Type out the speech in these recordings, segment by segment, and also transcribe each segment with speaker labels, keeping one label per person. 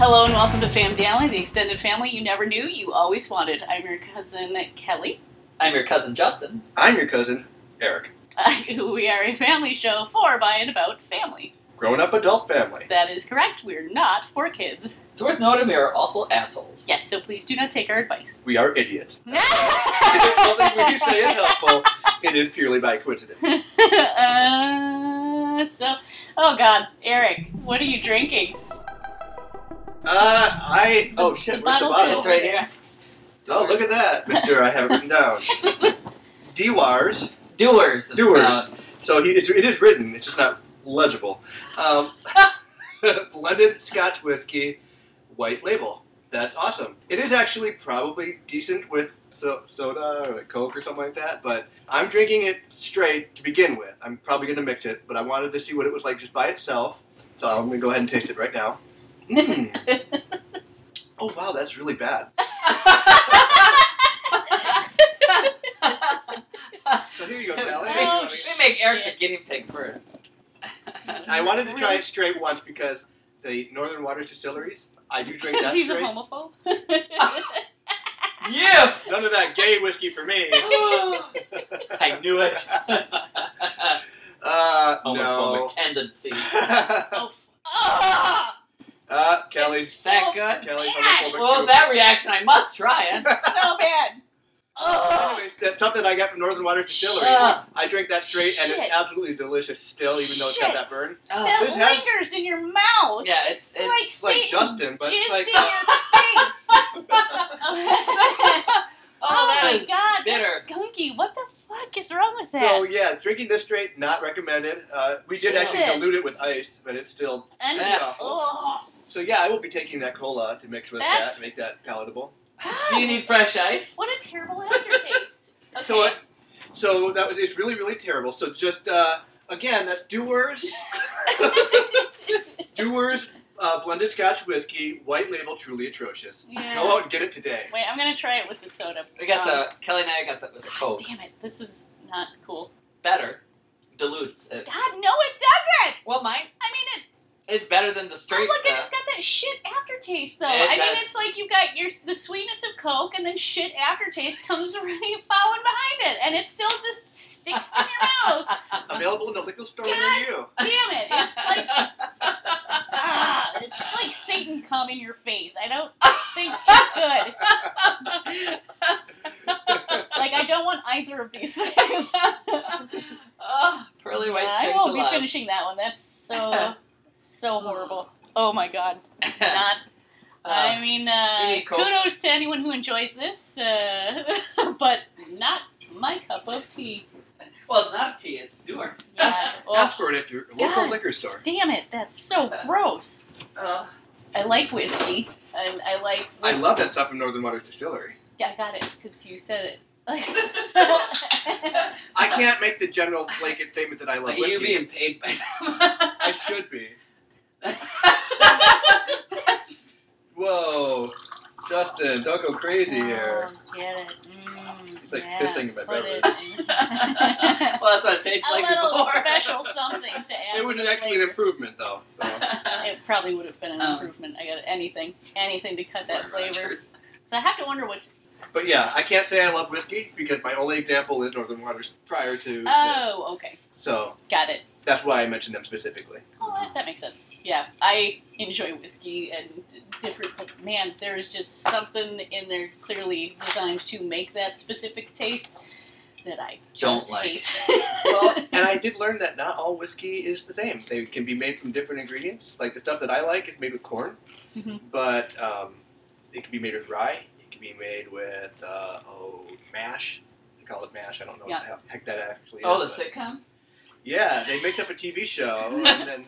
Speaker 1: Hello and welcome to Family Alley, the extended family you never knew you always wanted. I'm your cousin Kelly,
Speaker 2: I'm your cousin Justin.
Speaker 3: I'm your cousin, Eric.
Speaker 1: we are a family show for, by, and about family.
Speaker 3: Grown up adult family.
Speaker 1: That is correct, we're not for kids.
Speaker 2: It's worth noting we are also assholes.
Speaker 1: Yes, so please do not take our advice. Uh,
Speaker 3: We are idiots. Something when you say it helpful, it is purely by coincidence.
Speaker 1: uh, so, oh god, Eric, what are you drinking?
Speaker 3: Uh, I. Oh
Speaker 1: The-
Speaker 3: shit,
Speaker 1: the
Speaker 3: where's the
Speaker 1: bottle's
Speaker 3: bottle?
Speaker 2: It's right here.
Speaker 3: Oh, look at that, Victor. I have it written down. Dewars.
Speaker 2: Doers. it's
Speaker 3: Doers.
Speaker 2: pronounced.
Speaker 3: So he, it's, it is written, it's just not legible. Um, blended Scotch whiskey, white label. That's awesome. It is actually probably decent with so- soda or like Coke or something like that, but I'm drinking it straight to begin with. I'm probably going to mix it, but I wanted to see what it was like just by itself, so I'm going to go ahead and taste it right now. Mm. oh, wow, that's really bad. So here you go, Sally.
Speaker 1: Oh,
Speaker 2: we make Eric the guinea pig first.
Speaker 3: I wanted to try it straight once because the Northern Waters Distilleries, I do drink
Speaker 1: Because
Speaker 3: that
Speaker 1: he's a
Speaker 3: straight.
Speaker 1: homophobe. Oh,
Speaker 2: you!
Speaker 3: None of that gay whiskey for me.
Speaker 2: I knew it.
Speaker 3: Uh,
Speaker 2: Homophobic
Speaker 3: no.
Speaker 2: tendencies.
Speaker 1: oh, f- ah!
Speaker 3: uh, Kelly's
Speaker 2: Is
Speaker 1: Oh.
Speaker 2: that good?
Speaker 3: Kelly's
Speaker 1: bad.
Speaker 3: homophobic.
Speaker 2: Well,
Speaker 3: too.
Speaker 2: that reaction, I must try it.
Speaker 1: so bad. Oh,
Speaker 3: Anyways, that something I got from Northern Water Distillery.
Speaker 2: Ah.
Speaker 3: I drink that straight, and
Speaker 1: Shit.
Speaker 3: it's absolutely delicious still, even though it's
Speaker 1: Shit.
Speaker 3: got that burn.
Speaker 2: Oh,
Speaker 1: that
Speaker 3: this has-
Speaker 1: lingers in your mouth.
Speaker 2: yeah, it's, it's
Speaker 1: like
Speaker 3: It's like
Speaker 1: Satan
Speaker 3: Justin, but
Speaker 1: jizzed
Speaker 3: it's like
Speaker 1: in your face.
Speaker 2: oh, that
Speaker 1: my
Speaker 2: is
Speaker 1: god,
Speaker 2: bitter.
Speaker 1: that's skunky. What the fuck is wrong with that?
Speaker 3: so. Yeah, drinking this straight not recommended. Uh, we did
Speaker 1: Jesus.
Speaker 3: actually dilute it with ice, but it's still
Speaker 1: and
Speaker 2: Yeah.
Speaker 1: oh,
Speaker 3: so. Yeah, I will be taking that cola to mix with that
Speaker 1: That's-
Speaker 3: to make that palatable.
Speaker 1: god,
Speaker 2: Do you need fresh ice?
Speaker 1: what a terrible aftertaste. Okay.
Speaker 3: So it, so that was it's really really terrible. So just uh, again, that's doers. Doers uh, blended Scotch whiskey, white label, truly atrocious.
Speaker 1: Yeah.
Speaker 3: Go out and get it today.
Speaker 1: Wait, I'm gonna try it with the soda.
Speaker 2: We got
Speaker 1: Um,
Speaker 2: the Kelly and I got that with the
Speaker 1: God
Speaker 2: Coke.
Speaker 1: damn it, this is not cool.
Speaker 2: Better dilutes it.
Speaker 1: God, no, it doesn't.
Speaker 2: Well, mine
Speaker 1: I mean, it.
Speaker 2: it's better than the
Speaker 1: Oh,
Speaker 2: straight
Speaker 1: look, and it's
Speaker 2: stuff.
Speaker 1: got that shit aftertaste though.
Speaker 2: It
Speaker 1: I mean,
Speaker 2: does.
Speaker 1: it's like you got your the sweetness of Coke, and then shit aftertaste comes right following behind it, and it still just sticks in your mouth.
Speaker 3: Available in a liquor store
Speaker 1: God.
Speaker 3: near you.
Speaker 1: Damn it! It's like ah, it's like Satan come in your face. I don't think it's good. Like I don't want either of these things.
Speaker 2: oh, pearly white
Speaker 1: Yeah, I
Speaker 2: strings
Speaker 1: won't
Speaker 2: of
Speaker 1: be
Speaker 2: love.
Speaker 1: finishing that one. That's so so horrible. Oh my god, not.
Speaker 2: Uh,
Speaker 3: Um,
Speaker 1: I mean, uh,
Speaker 2: we need Coke.
Speaker 1: kudos to anyone who enjoys this, uh, but not my cup of tea.
Speaker 2: well, it's not tea; it's newer.
Speaker 1: Yeah.
Speaker 3: Ask
Speaker 1: Oh,
Speaker 3: for it at your local
Speaker 1: God.
Speaker 3: liquor store.
Speaker 1: damn it, that's so gross.
Speaker 2: Uh,
Speaker 1: Oh. I like whiskey, and I like.
Speaker 3: I love that stuff from Northern Water Distillery.
Speaker 1: Yeah, I got it because you said it. Like,
Speaker 3: I can't make the general blanket statement that I love
Speaker 2: are you
Speaker 3: whiskey.
Speaker 2: being paid by
Speaker 3: I
Speaker 2: them?
Speaker 3: should be.
Speaker 2: That's-
Speaker 3: Whoa, Justin, don't go crazy here.
Speaker 1: Oh, get it. Mm,
Speaker 3: It's like
Speaker 1: yeah,
Speaker 3: pissing in my
Speaker 1: put
Speaker 3: beverage.
Speaker 1: it in.
Speaker 2: well, that's what it tastes
Speaker 1: a
Speaker 2: like
Speaker 1: little
Speaker 2: before.
Speaker 1: special something to add.
Speaker 3: It was
Speaker 1: to
Speaker 3: an
Speaker 1: the
Speaker 3: actually an
Speaker 1: flavor.
Speaker 3: improvement though. So.
Speaker 1: It probably would have been an
Speaker 2: Um,
Speaker 1: improvement. I got anything, anything to cut that
Speaker 2: Warner
Speaker 1: flavor.
Speaker 2: Brothers.
Speaker 1: So I have to wonder what's.
Speaker 3: But yeah, I can't say I love whiskey because my only example is Northern Waters prior to
Speaker 1: Oh, okay,
Speaker 3: this. So
Speaker 1: got it.
Speaker 3: that's why I mentioned them specifically.
Speaker 1: Oh, that, that makes sense. Yeah, I enjoy whiskey and d- different. Like, man, there is just something in there clearly designed to make that specific taste that I just
Speaker 2: Don't like.
Speaker 1: hate.
Speaker 3: Well, and I did learn that not all whiskey is the same. They can be made from different ingredients. Like the stuff that I like is made with corn,
Speaker 1: Mhm.
Speaker 3: but um, it can be made with rye. It can be made with uh, oh mash. They call it mash. I don't know
Speaker 1: Yeah.
Speaker 3: what the hell- heck that actually
Speaker 2: Oh, the
Speaker 3: is. but-
Speaker 2: sitcom.
Speaker 3: Yeah, they mix up a TV show and then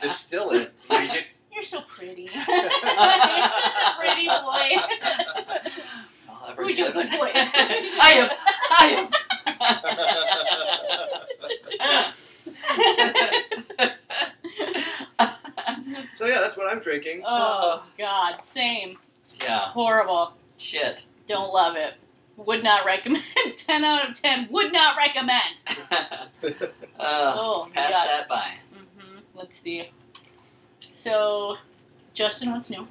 Speaker 3: distill it. You get-
Speaker 1: You're so pretty. You're such a pretty boy.
Speaker 2: I'll ever
Speaker 1: Would
Speaker 2: get
Speaker 1: you
Speaker 2: it.
Speaker 1: please wait?
Speaker 2: I am. I am.
Speaker 3: so yeah, that's what I'm drinking.
Speaker 1: oh God, same.
Speaker 2: yeah.
Speaker 1: Horrible.
Speaker 2: Shit.
Speaker 1: Don't love it. Would not recommend. ten out of ten. Would not recommend. Oh,
Speaker 2: oh,
Speaker 1: Mm-hmm.
Speaker 2: pass
Speaker 1: yeah.
Speaker 2: that by.
Speaker 1: hmm Let's see. So, Justin, what's new?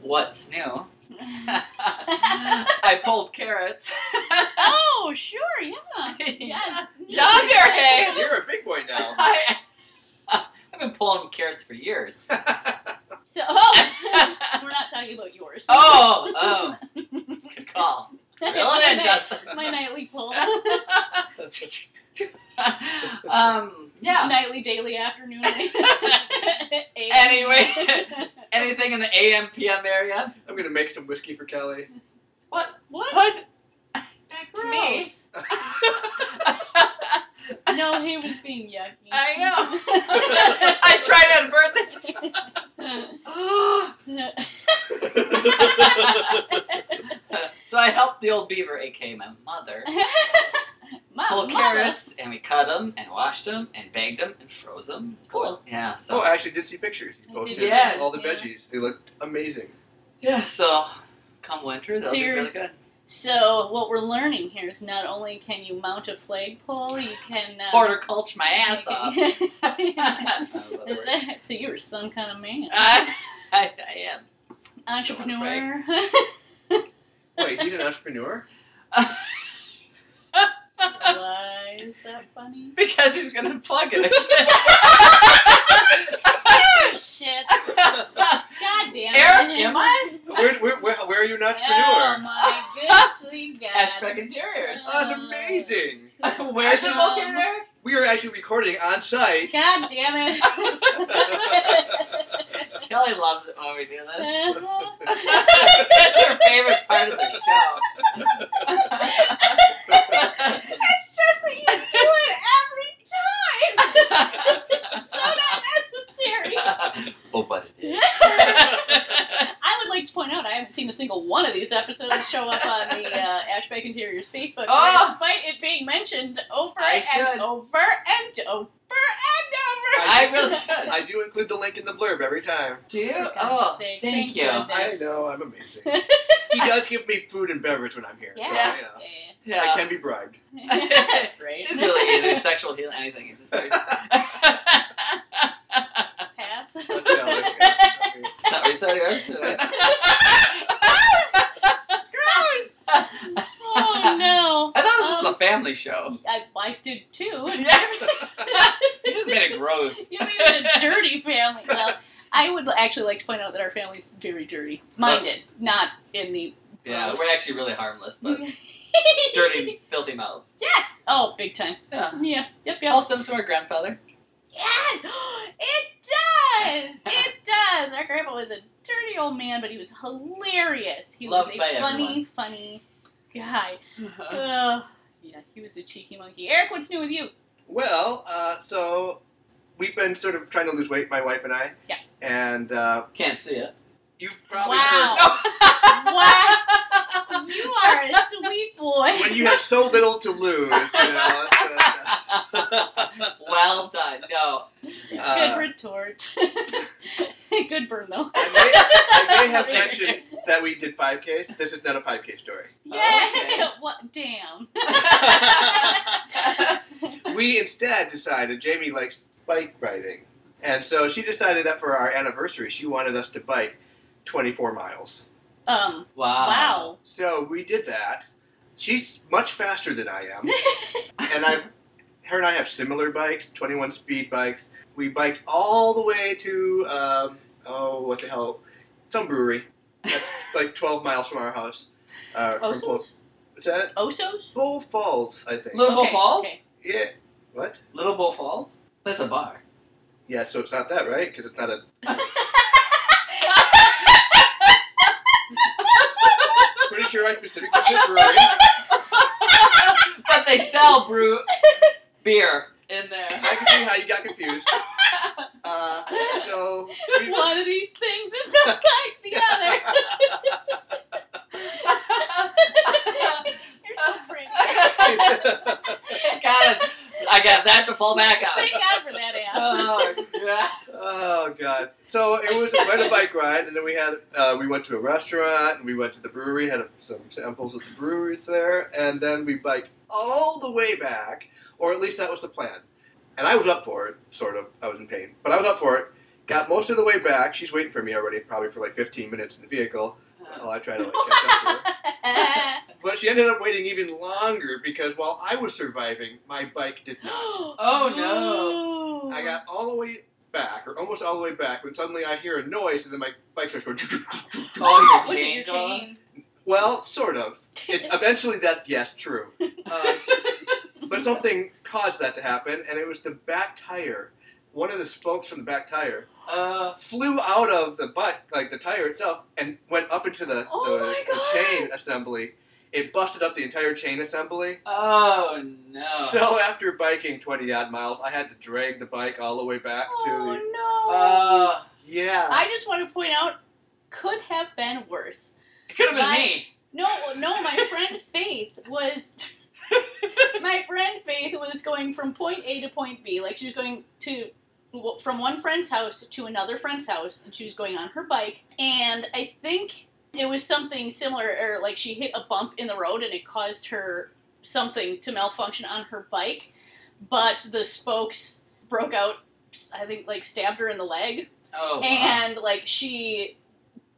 Speaker 2: What's new? I pulled carrots.
Speaker 1: oh, sure, yeah. Yeah.
Speaker 2: Yonder, hey!
Speaker 3: You're a big boy now.
Speaker 2: I, I've been pulling carrots for years.
Speaker 1: So, oh, we're not talking about yours.
Speaker 2: Oh, oh, good call. Reel it in, Justin.
Speaker 1: My nightly pull.
Speaker 2: um, yeah.
Speaker 1: Nightly, daily, afternoon. AM.
Speaker 2: Anyway. Anything in the AM PM area?
Speaker 3: I'm gonna make some whiskey for Kelly.
Speaker 2: What?
Speaker 1: what?
Speaker 2: What? Back to me.
Speaker 1: Gross. No, he was being yucky.
Speaker 2: I know. I tried to invert this. so I helped the old beaver, aka my mother,
Speaker 1: My
Speaker 2: pull
Speaker 1: mama.
Speaker 2: carrots, and we cut them, and washed them, and bagged them, and froze them.
Speaker 1: Cool.
Speaker 2: Yeah. So
Speaker 3: oh, I actually did see pictures. You
Speaker 1: I
Speaker 3: both
Speaker 1: did
Speaker 3: did
Speaker 2: see Yes.
Speaker 3: all the
Speaker 1: that.
Speaker 3: veggies. They looked amazing.
Speaker 2: yeah. So come winter, that'll
Speaker 1: So
Speaker 2: be
Speaker 1: you're-
Speaker 2: really good.
Speaker 1: So what we're learning here is not only can you mount a flagpole, you can uh,
Speaker 2: Horticulture my ass off. I, love it.
Speaker 1: so you're some kind of man,
Speaker 2: I, I am.
Speaker 1: entrepreneur.
Speaker 3: Wait, he's an entrepreneur.
Speaker 1: Why is that funny?
Speaker 2: Because he's gonna plug it
Speaker 1: Oh, shit!
Speaker 2: again.
Speaker 1: God damn
Speaker 2: Eric,
Speaker 1: it!
Speaker 2: am I?
Speaker 3: Where, where, where, where are you an
Speaker 1: Oh
Speaker 3: entrepreneur?
Speaker 1: my good sweet God!
Speaker 2: Ashbeck Interiors.
Speaker 3: Oh, that's amazing.
Speaker 2: Where's the
Speaker 1: Um,
Speaker 2: located, Eric?
Speaker 3: We are actually recording on site.
Speaker 1: God damn
Speaker 2: um, Kelly loves it when we do this.
Speaker 1: it!
Speaker 2: That's her favorite part of the show.
Speaker 1: It's just that you do it every time. It's so not necessary.
Speaker 3: oh, but it
Speaker 1: I would like to point out I haven't seen a single one of these episodes show up on the uh, Ashback Interiors Facebook,
Speaker 2: Oh.
Speaker 1: despite it being mentioned over
Speaker 2: I
Speaker 1: and
Speaker 2: should.
Speaker 1: over and over and over.
Speaker 2: I really should.
Speaker 3: I do include the link in the blurb every time.
Speaker 2: do you?
Speaker 1: For God's
Speaker 2: Oh,
Speaker 1: sake,
Speaker 2: thank
Speaker 1: thank
Speaker 2: you.
Speaker 1: you.
Speaker 3: I
Speaker 1: Yes.
Speaker 3: know, I'm amazing. he does give me food and beverage when I'm here. so,
Speaker 1: Yeah.
Speaker 3: I
Speaker 2: Yeah.
Speaker 3: can be bribed.
Speaker 1: yeah. Great.
Speaker 2: It's really either sexual healing, anything. It's just very-
Speaker 1: Pass.
Speaker 3: That's how I-
Speaker 2: It's not resetting us to it.
Speaker 1: Oh no.
Speaker 2: I thought this was
Speaker 1: Um,
Speaker 2: a family show.
Speaker 1: I liked it too.
Speaker 2: You just made it gross.
Speaker 1: You mean it's a dirty family? Well, I would actually like to point out that our family's very dirty
Speaker 2: Oh.
Speaker 1: minded, not in the
Speaker 2: Yeah, we're actually really harmless, but dirty, filthy mouths.
Speaker 1: Yes. Oh, big time.
Speaker 2: Yeah.
Speaker 1: Yeah. Yep.
Speaker 2: It
Speaker 1: Yep.
Speaker 2: all stems from our grandfather.
Speaker 1: Yes. It does. It does. Our grandpa was a dirty old man, but he was hilarious. He
Speaker 2: Loved
Speaker 1: was a
Speaker 2: by
Speaker 1: funny,
Speaker 2: everyone.
Speaker 1: funny guy. Ugh. yeah, he was a cheeky monkey. Eric, what's new with you?
Speaker 3: Well, uh, so we've been sort of trying to lose weight, my wife and I.
Speaker 1: Yeah.
Speaker 3: And uh,
Speaker 2: Can't see it.
Speaker 3: you've probably
Speaker 1: Wow.
Speaker 2: No.
Speaker 1: Wow. You are a sweet boy.
Speaker 3: heard when you have so little to lose, you know. it's, uh,
Speaker 2: well done. No.
Speaker 3: uh,
Speaker 1: Good retort. Good burn
Speaker 2: Oh,
Speaker 1: though.
Speaker 3: I may, I may have mentioned that we did 5Ks. This is not a 5K story.
Speaker 1: Yeah.
Speaker 2: Okay.
Speaker 1: What? Damn.
Speaker 3: We instead decided Jamie likes bike riding. And so she decided that for our anniversary, she wanted us to bike 24 miles.
Speaker 1: Um.
Speaker 2: wow.
Speaker 1: Wow.
Speaker 3: So we did that. She's much faster than I
Speaker 2: Uh,
Speaker 3: am. and I, her and I have similar bikes, 21 speed bikes. We biked all the way to, um, oh, what the hell? Some brewery, like 12 miles from our house. Uh, from
Speaker 1: Osos?
Speaker 3: Bull- What's that?
Speaker 1: Osos.
Speaker 3: Bull Falls, I think.
Speaker 2: Little Bull
Speaker 1: Okay,
Speaker 2: Falls?
Speaker 1: okay.
Speaker 3: Yeah. What?
Speaker 2: Little Bull Falls? That's a bar.
Speaker 3: Yeah, so it's not that, right? Because it's not a. Pretty sure I specifically said brewery.
Speaker 2: but they sell brew beer in there.
Speaker 3: I can see how you got confused. Uh, so we,
Speaker 1: One of these things is not like the other. You're so pretty.
Speaker 2: got it. I got that to fall back on.
Speaker 1: Thank God for that ass.
Speaker 2: Oh, yeah.
Speaker 3: oh god. So it was we had a bike ride, and then we had uh, we went to a restaurant, and we went to the brewery, had some samples of the breweries there, and then we biked all the way back, or at least that was the plan. And I was up for it, sort of. I was in pain, but I was up for it. Got most of the way back. She's waiting for me already, probably for like 15 minutes in the vehicle.
Speaker 1: Uh,
Speaker 3: While I try to like catch up to her. But she ended up waiting even longer because while I was surviving, my bike did not.
Speaker 2: Oh,
Speaker 1: no!
Speaker 3: Oh, I got all the way back, or almost all the way back, when suddenly I hear a noise and then my bike starts going.
Speaker 2: Oh,
Speaker 1: Was
Speaker 2: your
Speaker 1: it
Speaker 2: chain
Speaker 1: your
Speaker 2: gone?
Speaker 1: chain?
Speaker 3: Well, sort of. It, eventually, that's yes, true. Uh, but something caused that to happen, and it was the back tire. One of the spokes from the back tire
Speaker 2: Uh,
Speaker 3: flew out of the butt, like the tire itself, and went up into the,
Speaker 1: Oh
Speaker 3: the,
Speaker 1: my
Speaker 3: the
Speaker 1: God.
Speaker 3: chain assembly. It busted up the entire chain assembly.
Speaker 2: oh no.
Speaker 3: So after biking 20 odd miles, I had to drag the bike all the way back to the.
Speaker 1: Oh no!
Speaker 2: uh,
Speaker 3: Yeah.
Speaker 1: I just want to point out, could have been worse.
Speaker 2: it could have been
Speaker 1: My-
Speaker 2: me.
Speaker 1: No, no, my friend Faith was. my friend Faith was going from point A to point B. Like she was going to from one friend's house to another friend's house, and she was going on her bike. And I think it was something similar, or like she hit a bump in the road, and it caused her something to malfunction on her bike. But the spokes broke out. I think like stabbed her in the leg
Speaker 2: Oh, wow.
Speaker 1: and like she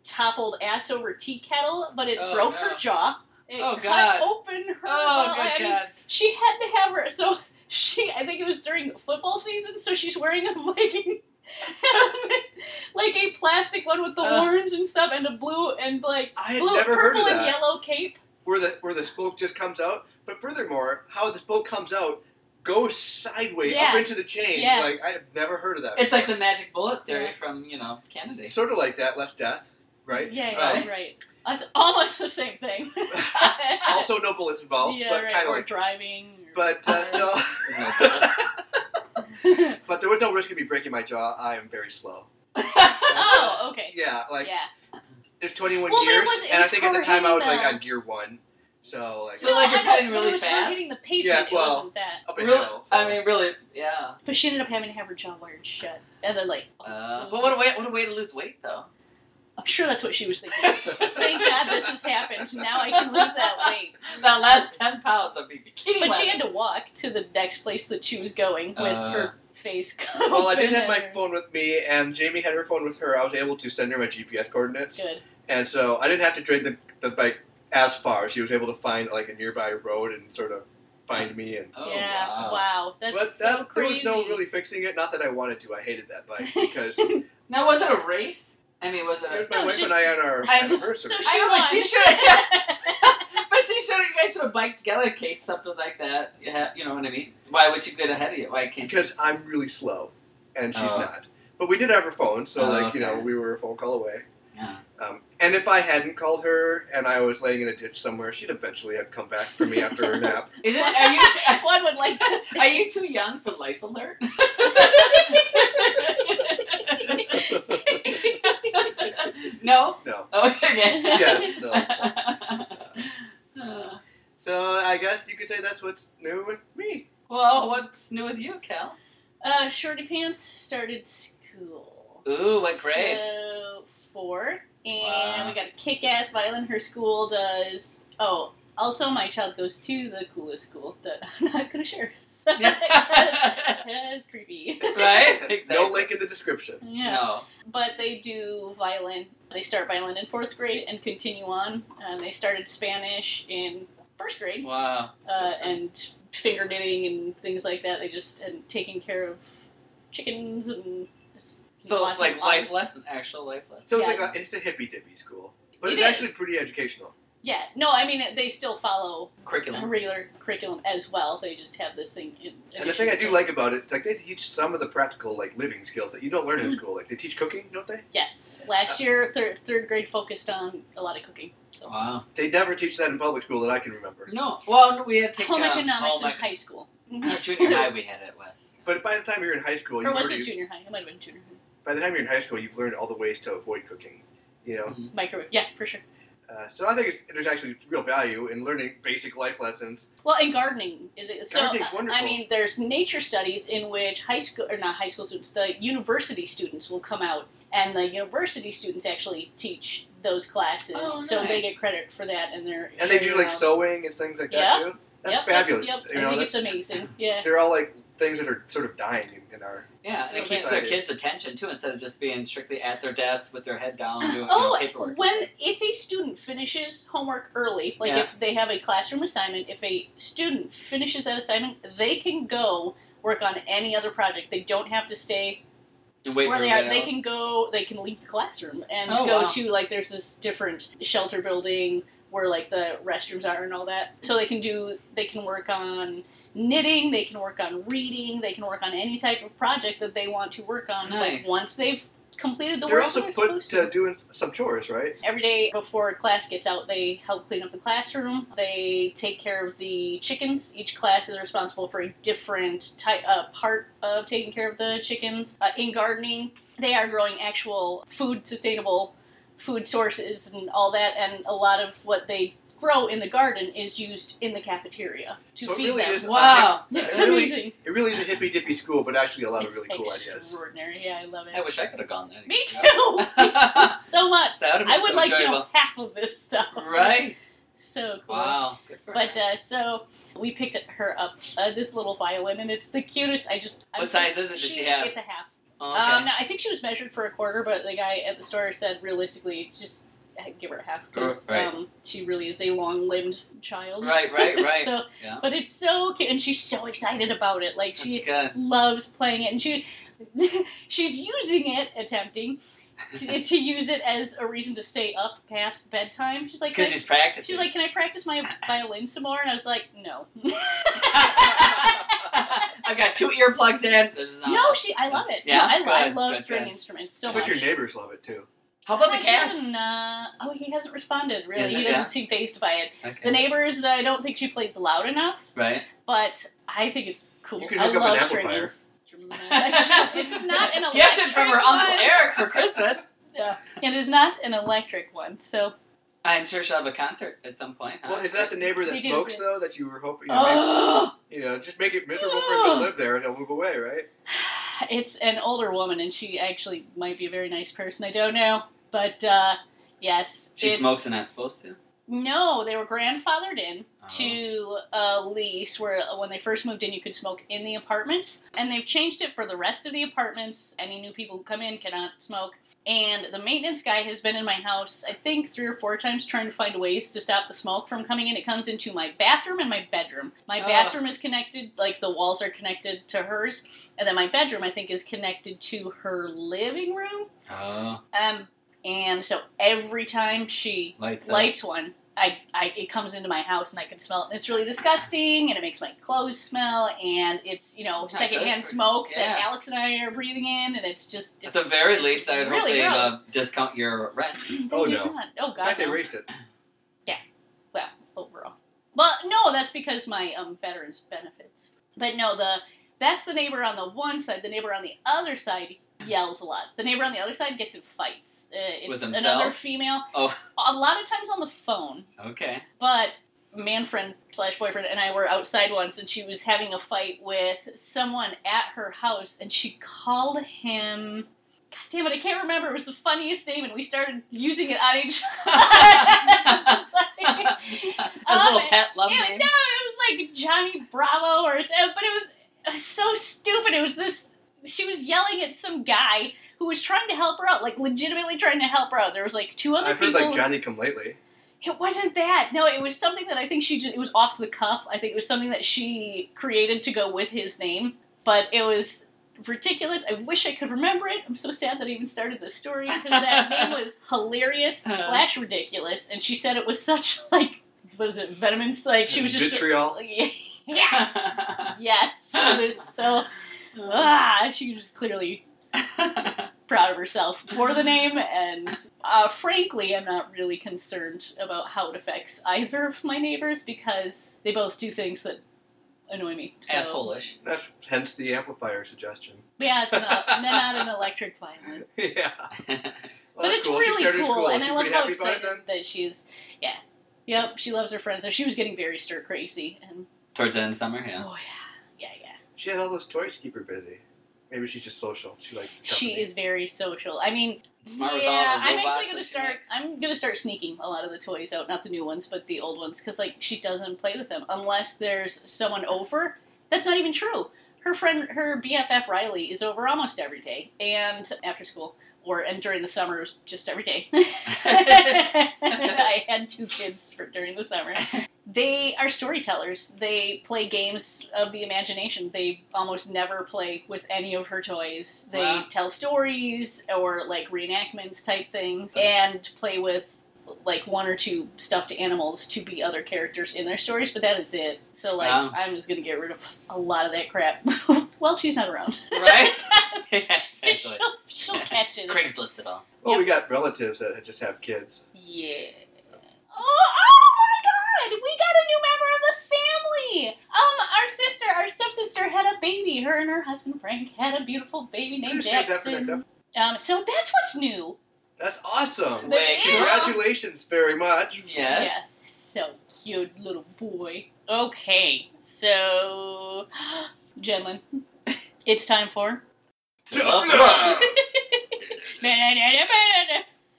Speaker 1: toppled ass over tea kettle, but it
Speaker 2: Oh,
Speaker 1: broke
Speaker 2: no.
Speaker 1: her jaw. It
Speaker 2: Oh,
Speaker 1: cut
Speaker 2: God.
Speaker 1: open her.
Speaker 2: oh
Speaker 1: lung.
Speaker 2: good god.
Speaker 1: She had to have her. So she, I think it was during football season. So she's wearing a Viking helmet, like a plastic one with the
Speaker 2: Uh.
Speaker 1: horns and stuff, and a blue and like
Speaker 3: I had
Speaker 1: blue,
Speaker 3: never heard
Speaker 1: purple
Speaker 3: of
Speaker 1: and
Speaker 3: that.
Speaker 1: yellow cape.
Speaker 3: Where the where the spoke just comes out. But furthermore, how the spoke comes out goes sideways up
Speaker 1: Yeah.
Speaker 3: into the chain.
Speaker 1: Yeah.
Speaker 3: Like I have never heard of that.
Speaker 2: It's like the
Speaker 3: before.
Speaker 2: magic bullet theory
Speaker 1: Yeah.
Speaker 2: from you know Kennedy.
Speaker 3: sort of like that, less death, right?
Speaker 1: Yeah,
Speaker 3: Um,
Speaker 1: yeah, right. That's almost the same thing.
Speaker 3: also, no bullets involved,
Speaker 1: yeah,
Speaker 3: but
Speaker 1: right.
Speaker 3: kind of
Speaker 1: or
Speaker 3: like.
Speaker 1: driving. or-
Speaker 3: But uh, no. but there was no risk of me breaking my jaw. I am very slow.
Speaker 1: oh, okay.
Speaker 3: Yeah, like
Speaker 1: yeah.
Speaker 3: there's 21
Speaker 1: Well, but it
Speaker 3: gears,
Speaker 1: was- it
Speaker 3: and I
Speaker 1: was
Speaker 3: think at the
Speaker 1: her
Speaker 3: time I was
Speaker 1: hitting
Speaker 3: like
Speaker 1: the-
Speaker 3: on gear one, so like
Speaker 2: So, like,
Speaker 1: I
Speaker 2: you're
Speaker 1: know,
Speaker 2: petting
Speaker 1: but
Speaker 2: really
Speaker 1: it was her
Speaker 2: fast?
Speaker 1: hitting the pavement.
Speaker 3: Yeah, well-
Speaker 1: it wasn't that.
Speaker 3: up a
Speaker 2: Really?
Speaker 3: hill. so-
Speaker 2: I mean, really, yeah.
Speaker 1: But she ended up having to have her jaw wired shut, and then like,
Speaker 2: Uh, but what a way, what a way to lose weight, though.
Speaker 1: I'm sure that's what she was thinking. Thank God this has happened. Now I can lose that weight.
Speaker 2: That last ten pounds, I'll be bikini.
Speaker 1: But she
Speaker 2: wearing.
Speaker 1: had to walk to the next place that she was going with
Speaker 2: Uh.
Speaker 1: her face cut.
Speaker 3: Well, I
Speaker 1: open
Speaker 3: did have my
Speaker 1: and-
Speaker 3: phone with me, and Jamie had her phone with her. I was able to send her my GPS coordinates,
Speaker 1: Good.
Speaker 3: and so I didn't have to drag the, the bike as far. She was able to find like a nearby road and sort of find me. And
Speaker 2: Oh,
Speaker 1: yeah.
Speaker 2: wow.
Speaker 1: That's
Speaker 3: but
Speaker 1: so
Speaker 3: that, there
Speaker 1: crazy.
Speaker 3: was no really fixing it. Not that I wanted to. I hated that bike because it
Speaker 2: Now was it a race? I mean, was it?
Speaker 3: was
Speaker 2: A,
Speaker 3: my
Speaker 1: No,
Speaker 3: wife
Speaker 1: she-
Speaker 3: and I on our
Speaker 2: I-
Speaker 3: anniversary.
Speaker 1: so
Speaker 2: I know, but she
Speaker 1: won.
Speaker 2: should have. but she should. You guys should have biked together in case something like that. You, ha you know what I mean? Why would she get ahead of you? Why can't she?
Speaker 3: because I'm really slow, and she's
Speaker 2: Oh.
Speaker 3: not. But we did have her phone, so
Speaker 2: Oh,
Speaker 3: like you know
Speaker 2: okay.
Speaker 3: we were a phone call away.
Speaker 2: Yeah.
Speaker 3: Um, and if I hadn't called her and I was laying in a ditch somewhere, she'd eventually have come back for me after her nap.
Speaker 2: Is it? Are you? T-
Speaker 1: One would like to.
Speaker 2: are you too young for life alert? no. Oh,
Speaker 3: No.
Speaker 2: Okay.
Speaker 3: Yes, no.
Speaker 2: Uh,
Speaker 3: So I guess you could say that's what's new with me.
Speaker 2: well, what's new with you, Cal?
Speaker 1: Uh, Shorty Pants started school.
Speaker 2: Ooh, what grade?
Speaker 1: So fourth, and
Speaker 2: Wow.
Speaker 1: we got a kick-ass violin. Her school does. Oh, also my child goes to the coolest school that I'm not gonna share. So that's creepy.
Speaker 2: right?
Speaker 3: No
Speaker 2: Exactly.
Speaker 3: link in the description.
Speaker 1: Yeah,
Speaker 2: No.
Speaker 1: but they do violin. They start violin in fourth grade and continue on. And they started Spanish in first grade
Speaker 2: Wow.
Speaker 1: uh, and finger knitting and things like that. They just and taking care of chickens and. just
Speaker 2: So
Speaker 1: watching
Speaker 2: like
Speaker 1: them.
Speaker 2: life lesson, actual life lesson.
Speaker 3: So it's
Speaker 1: Yes.
Speaker 3: like a, it's a hippy dippy school, but
Speaker 1: It
Speaker 3: it's
Speaker 1: is.
Speaker 3: actually pretty educational.
Speaker 1: Yeah, no, I mean they still follow a
Speaker 2: Curriculum.
Speaker 1: regular curriculum as well. They just have this thing. In
Speaker 3: And the thing I do like about it, it's like they teach some of the practical like living skills that you don't learn in
Speaker 1: Mm-hmm.
Speaker 3: school. Like they teach cooking, don't they?
Speaker 1: Yes,
Speaker 3: Uh,
Speaker 1: last year third third grade focused on a lot of cooking. So
Speaker 2: Wow.
Speaker 3: They never teach that in public school that I can remember.
Speaker 1: Mm-hmm.
Speaker 2: No. Well, we had to take
Speaker 1: home
Speaker 3: uh,
Speaker 2: um,
Speaker 1: economics
Speaker 2: home
Speaker 1: in
Speaker 2: econ-
Speaker 1: high school.
Speaker 2: no, junior high. We had it last.
Speaker 3: But by the time you're in high school, you
Speaker 1: or was
Speaker 3: already,
Speaker 1: it junior high? It might have been junior high.
Speaker 3: by the time you're in high school, you've learned all the ways to avoid cooking. You know,
Speaker 1: Microwave, yeah, for sure.
Speaker 3: uh, so I think it's, there's actually real value in learning basic life lessons.
Speaker 1: Well, and gardening is it, so. uh,
Speaker 3: Gardening's
Speaker 1: I-
Speaker 3: wonderful.
Speaker 1: I mean, there's nature studies in which high school or not high school students, the university students will come out, and the university students actually teach those classes,
Speaker 2: Oh,
Speaker 1: so they
Speaker 2: nice.
Speaker 1: get credit for that, and they're
Speaker 3: And they
Speaker 1: sharing
Speaker 3: do like
Speaker 1: around.
Speaker 3: sewing and things like that too. That's
Speaker 1: Yep,
Speaker 3: fabulous.
Speaker 1: Yep, yep.
Speaker 3: You
Speaker 1: I
Speaker 3: know,
Speaker 1: think
Speaker 3: that-
Speaker 1: it's amazing. Yeah.
Speaker 3: they're all like things that are sort of dying in, in our.
Speaker 2: Yeah, and it
Speaker 3: Yeah,
Speaker 2: keeps their
Speaker 3: excited.
Speaker 2: kids' attention too, instead of just being strictly at their desk with their head down doing you know,
Speaker 1: Oh,
Speaker 2: paperwork.
Speaker 1: when if a student finishes homework early, like
Speaker 2: Yeah.
Speaker 1: if they have a classroom assignment, if a student finishes that assignment, they can go work on any other project. They don't have to stay
Speaker 2: You wait
Speaker 1: where
Speaker 2: for
Speaker 1: they are.
Speaker 2: everybody
Speaker 1: They can
Speaker 2: else.
Speaker 1: go. They can leave the classroom and
Speaker 2: Oh,
Speaker 1: go
Speaker 2: wow.
Speaker 1: to like there's this different shelter building where like the restrooms are and all that. So they can do. They can work on knitting. They can work on reading. They can work on any type of project that they want to work on.
Speaker 2: Nice.
Speaker 1: Like once they've completed the
Speaker 3: they're
Speaker 1: work,
Speaker 3: also
Speaker 1: they're
Speaker 3: put
Speaker 1: supposed
Speaker 3: to doing some chores, right?
Speaker 1: Every day before class gets out, they help clean up the classroom. They take care of the chickens. Each class is responsible for a different ty- uh, part of taking care of the chickens. Uh, in gardening, they are growing actual food, sustainable food sources, and all that. And a lot of what they grow in the garden is used in the cafeteria to
Speaker 3: So it
Speaker 1: feed
Speaker 3: really
Speaker 1: them.
Speaker 3: is-
Speaker 2: Wow,
Speaker 1: It's
Speaker 3: It really-
Speaker 1: amazing.
Speaker 3: It really is a hippy dippy school, but actually a lot
Speaker 1: It's
Speaker 3: of really cool ideas.
Speaker 1: extraordinary. Yeah, I love
Speaker 2: I
Speaker 1: it.
Speaker 2: wish I could have gone there.
Speaker 1: Me too.
Speaker 2: that
Speaker 1: so much.
Speaker 2: would have been
Speaker 1: I would
Speaker 2: so
Speaker 1: like to
Speaker 2: enjoyable.
Speaker 1: know half of this stuff.
Speaker 2: Right.
Speaker 1: So cool.
Speaker 2: Wow. Good for
Speaker 1: But
Speaker 2: her.
Speaker 1: uh, so we picked her up uh, this little violin, and it's the cutest. I just I'm
Speaker 2: What size is it? Does she have?
Speaker 1: It's a half.
Speaker 2: Oh, okay.
Speaker 1: Um, no, I think she was measured for a quarter, but the guy at the store said realistically, just uh, give her a half because
Speaker 2: Oh, right.
Speaker 1: um, she really is a long-limbed child.
Speaker 2: Right, right, right.
Speaker 1: so,
Speaker 2: Yeah.
Speaker 1: but it's so cute, and she's so excited about it. Like
Speaker 2: That's
Speaker 1: she
Speaker 2: good.
Speaker 1: loves playing it, and she she's using it, attempting to, to use it as a reason to stay up past bedtime. She's like,
Speaker 2: Because
Speaker 1: "I-
Speaker 2: she's practicing.
Speaker 1: She's like, "Can I practice my violin some more?" And I was like, "No."
Speaker 2: I've got two earplugs in. This is not
Speaker 1: no, she. I love it.
Speaker 2: Yeah?
Speaker 1: I, I
Speaker 2: Good,
Speaker 1: love
Speaker 2: good,
Speaker 1: string
Speaker 2: good.
Speaker 1: instruments so
Speaker 3: but
Speaker 1: much.
Speaker 3: your neighbors love it too.
Speaker 2: How about
Speaker 1: No,
Speaker 2: the
Speaker 1: she
Speaker 2: cats?
Speaker 1: doesn't, uh, oh, he hasn't responded. Really,
Speaker 2: Yes,
Speaker 1: he
Speaker 2: yeah.
Speaker 1: doesn't seem phased by it.
Speaker 2: Okay.
Speaker 1: The neighbors. I don't think she plays loud enough,
Speaker 2: right.
Speaker 1: but I think it's cool.
Speaker 3: You can
Speaker 1: I
Speaker 3: hook up an
Speaker 1: love
Speaker 3: amplifier.
Speaker 1: string instruments. it's not an electric
Speaker 2: Gifted from her uncle
Speaker 1: one.
Speaker 2: Eric for Christmas.
Speaker 1: Yeah. It is not an electric one, so
Speaker 2: I'm sure she'll have a concert at some point. Huh?
Speaker 3: Well, is that the neighbor that
Speaker 1: You Uh, do,
Speaker 3: smokes
Speaker 1: yeah.
Speaker 3: though? That you were hoping, you know, maybe-
Speaker 1: oh,
Speaker 3: you know, just make it miserable for him
Speaker 1: Ugh.
Speaker 3: to live there, and he'll move away, right?
Speaker 1: it's an older woman, and she actually might be a very nice person. I don't know, but uh, yes,
Speaker 2: she
Speaker 1: it's-
Speaker 2: smokes and not supposed to.
Speaker 1: No, they were grandfathered in
Speaker 2: Oh.
Speaker 1: to a lease where uh, when they first moved in, you could smoke in the apartments, and they've changed it for the rest of the apartments. Any new people who come in cannot smoke. And the maintenance guy has been in my house, I think, three or four times trying to find ways to stop the smoke from coming in. It comes into my bathroom and my bedroom. My
Speaker 2: Ugh.
Speaker 1: bathroom is connected, like the walls are connected to hers, and then my bedroom, I think, is connected to her living room.
Speaker 2: Oh,
Speaker 1: Um, and so every time she
Speaker 2: lights
Speaker 1: lights one. I, I it comes into my house and I can smell it. And it's really disgusting and it makes my clothes smell and it's you know
Speaker 2: Not good
Speaker 1: secondhand
Speaker 2: for-
Speaker 1: smoke that
Speaker 2: yeah.
Speaker 1: Alex and I are breathing in and it's just
Speaker 2: Up. At
Speaker 1: it's,
Speaker 2: the very least, I would hope
Speaker 1: Really
Speaker 2: they'd
Speaker 1: gross.
Speaker 2: uh, discount your rent.
Speaker 1: They
Speaker 3: Oh,
Speaker 1: did
Speaker 3: no.
Speaker 1: not. oh
Speaker 3: In
Speaker 1: god
Speaker 3: fact, they
Speaker 1: no.
Speaker 3: raised it.
Speaker 1: well overall well no that's because my um veterans benefits but no the that's the neighbor on the one side the neighbor on the other side yells a lot the neighbor on the other side gets in fights uh, it's
Speaker 2: With
Speaker 1: another
Speaker 2: himself?
Speaker 1: female
Speaker 2: Oh.
Speaker 1: a lot of times on the phone
Speaker 2: Okay.
Speaker 1: But man friend slash boyfriend and I were outside once, and she was having a fight with someone at her house, and she called him. God damn it, I can't remember. It was the funniest name, and we started using it on each other. Like,
Speaker 2: His
Speaker 1: Um,
Speaker 2: little pet love
Speaker 1: it,
Speaker 2: name.
Speaker 1: no, it was like Johnny Bravo or so, but it was, it was so stupid. It was this. She was yelling at some guy who was trying to help her out, like legitimately trying to help her out. There was like two other
Speaker 3: I've heard
Speaker 1: people.
Speaker 3: like Johnny come lately.
Speaker 1: It wasn't that. No, it was something that I think she just, it was off the cuff. I think it was something that she created to go with his name, but it was ridiculous. I wish I could remember it. I'm so sad that I even started this story because that name was hilarious
Speaker 2: Uh.
Speaker 1: slash ridiculous, and she said it was such like what is it venomous? Like she was just
Speaker 3: vitriol.
Speaker 1: yes, yes. She was so ah. She was clearly proud of herself for the name, and uh, frankly, I'm not really concerned about how it affects either of my neighbors because they both do things that annoy me. So,
Speaker 2: Asshole-ish.
Speaker 3: That's hence the amplifier suggestion.
Speaker 1: Yeah, it's not, they're not an electric violin.
Speaker 3: yeah, Well,
Speaker 1: but
Speaker 3: that's
Speaker 1: it's
Speaker 3: cool. She
Speaker 1: really
Speaker 3: started
Speaker 1: cool,
Speaker 3: school.
Speaker 1: and
Speaker 3: She's
Speaker 1: I love
Speaker 3: pretty
Speaker 1: how
Speaker 3: happy about it
Speaker 1: excited that she's. Yeah. Yep, she loves her friends. And She was getting very stir crazy, and
Speaker 2: Towards the end of summer, yeah.
Speaker 1: oh yeah, yeah, yeah.
Speaker 3: then? She had all those toys to keep her busy. Maybe she's just social. She likes. Company.
Speaker 1: She is very social. I mean,
Speaker 2: Smart with all her
Speaker 1: yeah, I'm
Speaker 2: robots
Speaker 1: actually
Speaker 2: that
Speaker 1: gonna
Speaker 2: she
Speaker 1: start.
Speaker 2: makes.
Speaker 1: I'm gonna start sneaking a lot of the toys out, not the new ones, but the old ones, because like she doesn't play with them unless there's someone over. That's not even true. her friend, her BFF Riley, is over almost every day, and after school or and during the summer it was just every day. I had two kids for, during the summer. They are storytellers. They play games of the imagination. They almost never play with any of her toys. They
Speaker 2: Wow.
Speaker 1: tell stories or like reenactments type things and play with like one or two stuffed animals to be other characters in their stories, but that is it. So like
Speaker 2: Wow.
Speaker 1: I'm just gonna get rid of a lot of that crap. well, she's not around.
Speaker 2: right? Exactly.
Speaker 1: she'll, she'll catch it.
Speaker 2: Craigslist it all.
Speaker 3: Well, Oh, we got relatives that just have kids.
Speaker 1: Yeah. Oh, oh my god! We got a new member of the family! Um, our sister, our stepsister had a baby. Her and her husband Frank had a beautiful baby named
Speaker 3: We're gonna save that for next
Speaker 1: Jackson. Um, so that's what's new.
Speaker 3: That's awesome.
Speaker 1: The-
Speaker 2: Wait,
Speaker 1: yeah.
Speaker 3: Congratulations very much.
Speaker 1: Yeah.
Speaker 2: Yes.
Speaker 1: So cute little boy. Okay, so Jenlin. It's time for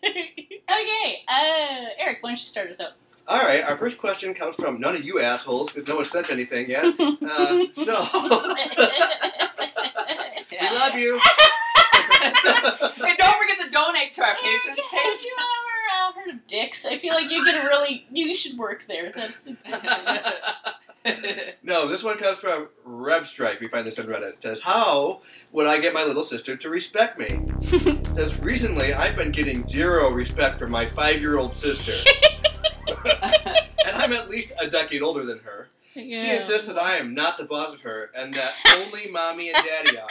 Speaker 1: Okay, uh Eric, why don't you start us up?
Speaker 3: All right, our first question comes from none of you assholes because no one sent anything yet. Uh, so, we love you.
Speaker 2: and don't forget to donate to our
Speaker 1: Eric,
Speaker 2: patrons
Speaker 1: have you ever uh, heard of dicks? I feel like you could really, you should work there. That's
Speaker 2: page.
Speaker 3: no, this one comes from Rebstrike. We find this on Reddit. It says, How would I get my little sister to respect me? It says, Recently, I've been getting zero respect from my five year old sister, and I'm at least a decade older than her. She insists that I am not the boss of her and that only mommy and daddy are.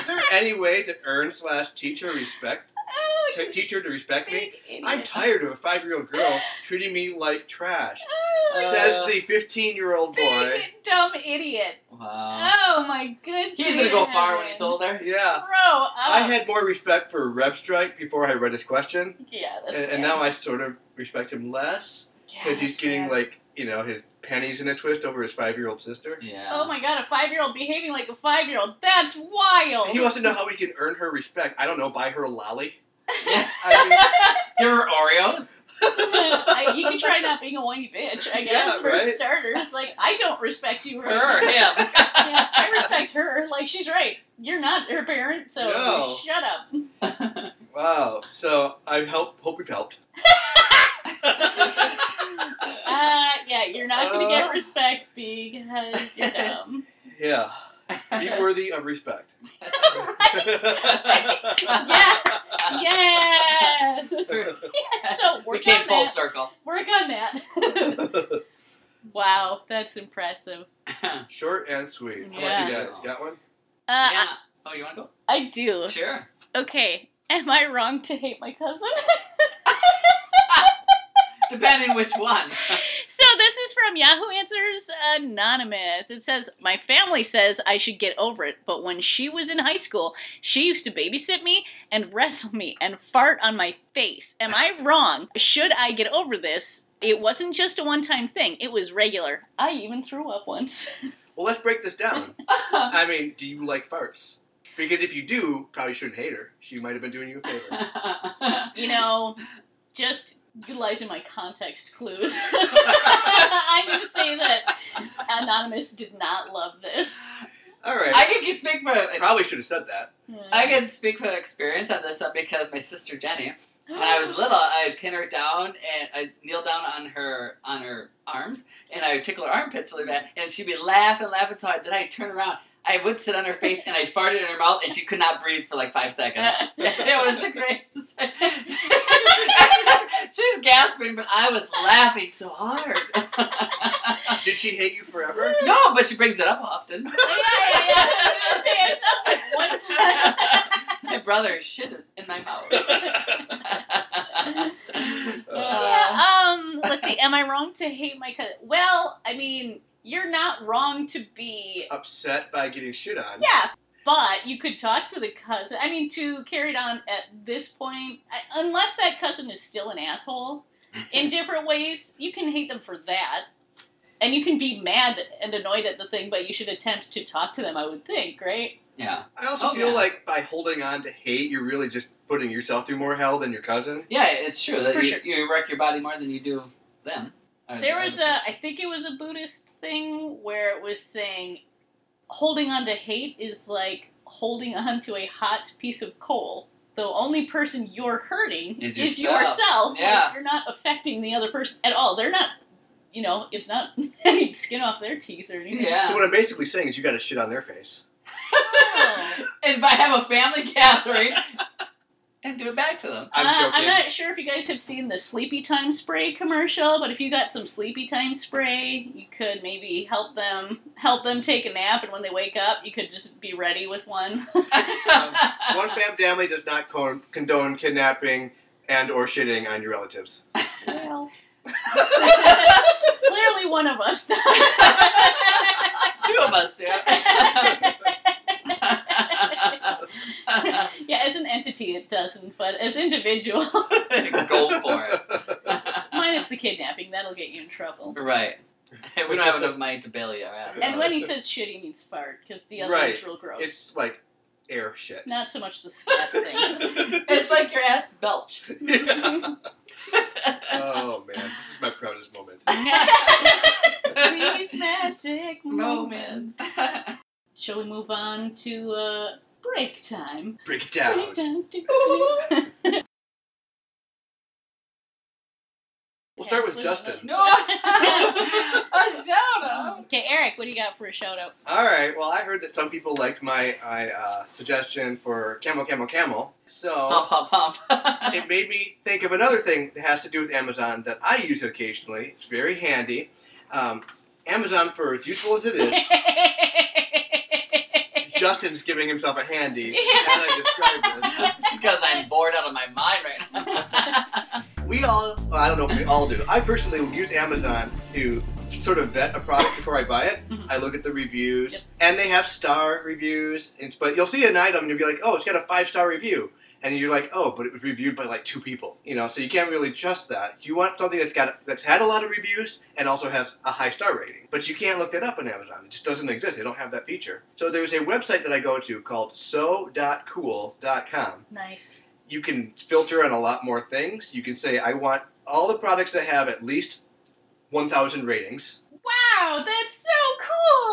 Speaker 3: Is there any way to earn slash teach her respect?
Speaker 1: Oh,
Speaker 3: T- teach her to respect me?
Speaker 1: big idiot.
Speaker 3: I'm tired of a five year old girl treating me like trash,
Speaker 1: Oh,
Speaker 2: Uh,
Speaker 3: says the 15 year old
Speaker 1: big
Speaker 3: Oh, boy.
Speaker 1: dumb idiot.
Speaker 2: wow.
Speaker 1: Oh my goodness.
Speaker 2: He's gonna go far when he's older.
Speaker 1: Bro,
Speaker 3: Yeah.
Speaker 1: oh.
Speaker 3: I had more respect for Reb Strike before I read his question,
Speaker 1: yeah, that's
Speaker 3: and, and now I sort of respect him less because he's getting, like, you know, his panties in a twist over his five year old sister.
Speaker 2: Yeah.
Speaker 1: Oh my god, a five year old behaving like a five year old. That's wild.
Speaker 3: And he wants to know how he can earn her respect. I don't know, buy her a lolly?
Speaker 2: Yeah.
Speaker 3: I mean,
Speaker 2: Give her Oreos.
Speaker 1: I, he can try not being a whiny bitch, I guess,
Speaker 3: Yeah,
Speaker 1: for
Speaker 3: right.
Speaker 1: starters. Like, I don't respect you,
Speaker 2: Her or him.
Speaker 1: yeah, I respect her. Like she's right. You're not her parent, so
Speaker 3: No.
Speaker 1: shut up.
Speaker 3: Wow. So I hope hope we've helped.
Speaker 1: Uh, yeah, you're not gonna
Speaker 2: Uh.
Speaker 1: get respect because you're dumb.
Speaker 3: Yeah. Be worthy of respect.
Speaker 1: yeah, yeah. So
Speaker 2: we
Speaker 1: work
Speaker 2: came
Speaker 1: on
Speaker 2: full
Speaker 1: that.
Speaker 2: circle.
Speaker 1: Work on that. wow, that's impressive.
Speaker 2: yeah.
Speaker 3: Short and sweet. How about you
Speaker 2: Yeah.
Speaker 3: guys? Got one?
Speaker 1: Uh,
Speaker 2: Oh, you want to
Speaker 1: I, I do.
Speaker 2: go? Sure.
Speaker 1: Okay. Am I wrong to hate my cousin?
Speaker 2: Depending which one.
Speaker 1: So this is from Yahoo Answers Anonymous. It says, My family says I should get over it, but when she was in high school, she used to babysit me and wrestle me and fart on my face. Am I wrong? Should I get over this? It wasn't just a one time thing, it was regular. I even threw up once.
Speaker 3: Well, let's break this down. I mean, do you like farts? Because if you do, probably shouldn't hate her. She might have been doing you a favor.
Speaker 1: You know, just utilizing my context clues. I'm going to say that Anonymous did not love this.
Speaker 3: All right.
Speaker 2: I can speak for
Speaker 3: probably should have said that.
Speaker 2: I can speak from experience on this one because my sister Jenny, when I was little, I'd pin her down and I'd kneel down on her on her arms and I would tickle her armpits really bad and she'd be laughing, laughing so hard. Then I'd turn around, I would sit on her face and I farted in her mouth and she could not breathe for like five seconds. it was the greatest. She's gasping, but I was laughing so hard.
Speaker 3: Did she hate you forever?
Speaker 2: no, but she brings it up often.
Speaker 1: yeah, yeah, yeah. I was gonna say, it sounds like one time.
Speaker 2: my brother shit in my mouth. Uh,
Speaker 1: Yeah, um, let's see. Am I wrong to hate my cousin? Well, I mean, you're not wrong to be.
Speaker 3: Upset by getting shit on.
Speaker 1: Yeah, but you could talk to the cousin. I mean, to carry it on at this point, I- unless that cousin is still an asshole in different ways, you can hate them for that. And you can be mad and annoyed at the thing, but you should attempt to talk to them, I would think, right?
Speaker 2: yeah.
Speaker 3: I also
Speaker 2: Oh,
Speaker 3: feel
Speaker 2: yeah.
Speaker 3: like by holding on to hate, you're really just putting yourself through more hell than your cousin.
Speaker 2: Yeah, it's true that
Speaker 1: For
Speaker 2: you,
Speaker 1: sure.
Speaker 2: you wreck your body more than you do them. Or the
Speaker 1: There was
Speaker 2: other
Speaker 1: a,
Speaker 2: person.
Speaker 1: I think it was a Buddhist thing where it was saying holding on to hate is like holding on to a hot piece of coal. The only person you're hurting
Speaker 2: Is yourself.
Speaker 1: yourself. Like,
Speaker 2: Yeah.
Speaker 1: you're not affecting the other person at all. They're not, you know, it's not any skin off their teeth or anything.
Speaker 2: Yeah.
Speaker 3: So what I'm basically saying is you got to shit on their face.
Speaker 1: Oh.
Speaker 2: and if I have a family gathering and do it back to them.
Speaker 3: I'm
Speaker 1: Uh,
Speaker 3: joking.
Speaker 1: I'm not sure if you guys have seen the Sleepy Time spray commercial, but if you got some Sleepy Time spray, you could maybe help them help them take a nap, and when they wake up, you could just be ready with one.
Speaker 2: Um,
Speaker 3: One fam family does not con- condone kidnapping and or shitting on your relatives.
Speaker 1: well, clearly one of us does.
Speaker 2: Two of us do.
Speaker 1: yeah, as an entity, it doesn't, but as individual,
Speaker 2: Go for it.
Speaker 1: minus the kidnapping, that'll get you in trouble.
Speaker 2: right. We don't have enough money to bail your ass.
Speaker 1: And
Speaker 2: out.
Speaker 1: when he says shit, he means fart because the other
Speaker 3: Right.
Speaker 1: is real gross.
Speaker 3: It's like air shit.
Speaker 1: Not so much the scat thing.
Speaker 2: it's like your ass belched.
Speaker 3: oh man, this is my proudest moment.
Speaker 1: These magic moments.
Speaker 2: Moments.
Speaker 1: Shall we move on to uh, break time?
Speaker 3: Break it down.
Speaker 1: Break time. tick, tick.
Speaker 3: We'll start with
Speaker 1: Absolutely.
Speaker 3: Justin.
Speaker 2: no, a shout out.
Speaker 1: okay, Eric, what do you got for a shout out?
Speaker 3: All right. Well, I heard that some people liked my I, uh, suggestion for camel, camel, camel. So
Speaker 2: Pump, pump, pump.
Speaker 3: it made me think of another thing that has to do with Amazon that I use occasionally. It's very handy. Um, Amazon, for as useful as it is, Justin's giving himself a handy. Now that I described this.
Speaker 2: because I'm bored out of my mind right now.
Speaker 3: We all, well, I don't know if we all do. I personally will use Amazon to sort of vet a product before I buy it.
Speaker 1: Mhm.
Speaker 3: I look at the reviews,
Speaker 1: Yep.
Speaker 3: and they have star reviews. It's, but you'll see an item and you'll be like, oh, it's got a five star review. And you're like, oh, but it was reviewed by like two people, you know. So you can't really trust that. You want something that's got that's had a lot of reviews and also has a high star rating, but you can't look that up on Amazon. It just doesn't exist. They don't have that feature. So there's a website that I go to called so.cool.com,
Speaker 1: nice.
Speaker 3: you can filter on a lot more things. You can say, I want all the products that have at least 1,000 ratings,
Speaker 1: Wow, that's so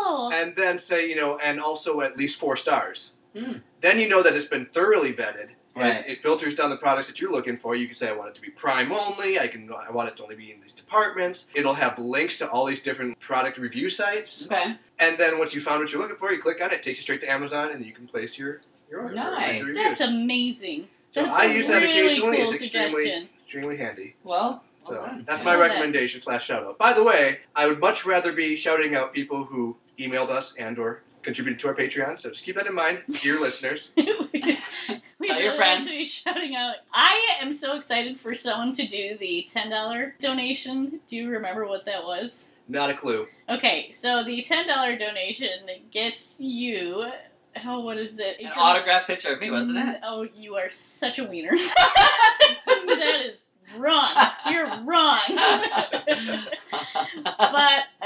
Speaker 1: cool.
Speaker 3: and then say, you know, and also at least four stars.
Speaker 2: Hmm.
Speaker 3: Then you know that it's been thoroughly vetted. and
Speaker 2: Right.
Speaker 3: It filters down the products that you're looking for. You can say, I want it to be Prime only. I can, I want it to only be in these departments. It'll have links to all these different product review sites.
Speaker 2: okay.
Speaker 3: And then once you found what you're looking for, you click on it. It takes you straight to Amazon, and you can place your your order.
Speaker 2: Nice.
Speaker 3: The reviews.
Speaker 1: That's amazing.
Speaker 3: So
Speaker 1: That's
Speaker 3: I
Speaker 1: a
Speaker 3: use that
Speaker 1: really
Speaker 3: occasionally.
Speaker 1: Cool
Speaker 3: It's extremely-
Speaker 1: suggestion.
Speaker 3: Extremely handy.
Speaker 2: Well,
Speaker 3: So
Speaker 2: well done.
Speaker 3: that's
Speaker 2: Yeah.
Speaker 3: my
Speaker 1: Love it.
Speaker 3: recommendation slash shout out. By the way, I would much rather be shouting out people who emailed us and or contributed to our Patreon. So just keep that in mind, dear listeners.
Speaker 1: we
Speaker 2: Tell your
Speaker 1: really
Speaker 2: friends.
Speaker 1: have to be shouting out. I am so excited for someone to do the ten dollar donation. Do you remember what that was?
Speaker 3: Not a clue.
Speaker 1: Okay, so the ten dollar donation gets you. Oh, what is it?
Speaker 2: An autographed picture of me, wasn't it?
Speaker 1: Oh, you are such a wiener. that is wrong. You're wrong. but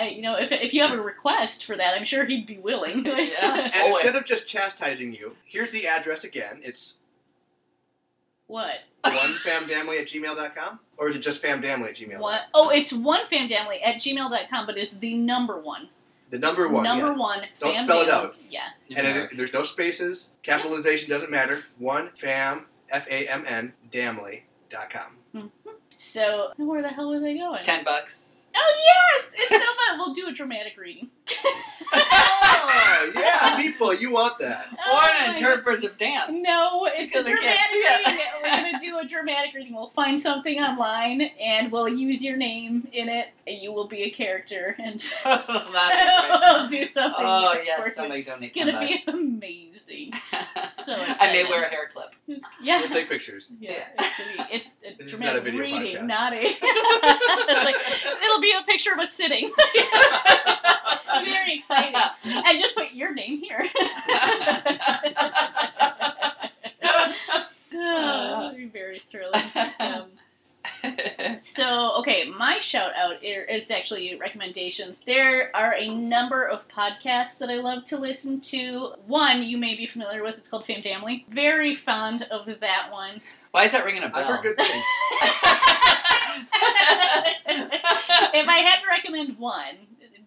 Speaker 1: uh, you know, if, if you have a request for that, I'm sure he'd be willing.
Speaker 2: Yeah.
Speaker 3: And
Speaker 2: Always.
Speaker 3: instead of just chastising you, here's the address again. It's
Speaker 1: what?
Speaker 3: onefamdamly at gmail.com? Or is it just famdamly at gmail?
Speaker 1: One, oh, it's onefamdamily at gmail.com, but it's the number one.
Speaker 3: The number one.
Speaker 1: Number
Speaker 3: yeah.
Speaker 1: one.
Speaker 3: Don't
Speaker 1: fam
Speaker 3: spell it
Speaker 1: damly-
Speaker 3: out.
Speaker 1: Yeah.
Speaker 3: And it, there's no spaces. Capitalization doesn't matter. One fam, F A M N, damly.com.
Speaker 1: So where the hell was I going?
Speaker 2: Ten bucks.
Speaker 1: Oh yes, it's so fun. We'll do a dramatic reading.
Speaker 3: oh, yeah, people, you want that.
Speaker 2: or
Speaker 1: Oh
Speaker 2: an
Speaker 1: my-
Speaker 2: interpretive dance.
Speaker 1: No, it's a
Speaker 2: Because I
Speaker 1: dramatic
Speaker 2: can't see it.
Speaker 1: reading. We're gonna do a dramatic reading. We'll find something online and we'll use your name in it. And you will be a character, and we'll
Speaker 2: That is great.
Speaker 1: do something.
Speaker 2: Oh
Speaker 1: for you.
Speaker 2: yes, somebody donate
Speaker 1: It's gonna
Speaker 2: $10.
Speaker 1: be amazing. so
Speaker 2: I may
Speaker 1: excited.
Speaker 2: wear a hair clip.
Speaker 1: It's- Yeah.
Speaker 3: We'll take pictures.
Speaker 1: Yeah,
Speaker 2: Yeah.
Speaker 1: it's, gonna be- it's a
Speaker 3: This is
Speaker 1: dramatic
Speaker 3: not a video
Speaker 1: reading,
Speaker 3: podcast.
Speaker 1: not a. it's like, it'll be a picture of us sitting. Very exciting. And just put your name here. oh, that'd be very thrilling. Um, so, okay, my shout out i- is actually recommendations. There are a number of podcasts that I love to listen to. One you may be familiar with, it's called Fam Family. Very fond of that one.
Speaker 2: Why is that ringing a
Speaker 3: I've
Speaker 2: bell?
Speaker 3: heard good things.
Speaker 1: if I had to recommend one,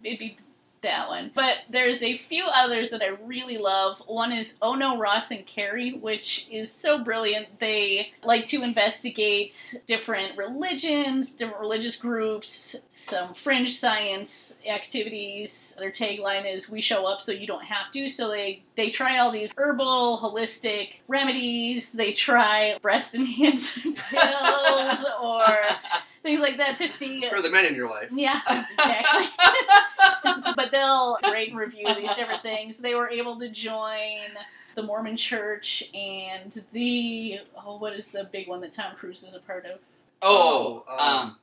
Speaker 1: it'd be that one. But there's a few others that I really love. One is Oh No Ross and Carrie, which is so brilliant. They like to investigate different religions, different religious groups, some fringe science activities. Their tagline is "We show up so you don't have to." So they they try all these herbal, holistic remedies. They try breast enhancement pills or things like that to see
Speaker 3: For the men in your life.
Speaker 1: yeah, exactly. but they'll rate and review these different things. They were able to join the Mormon Church and the oh, what is the big one that Tom Cruise is a part of?
Speaker 2: oh,
Speaker 3: Oh,
Speaker 2: um.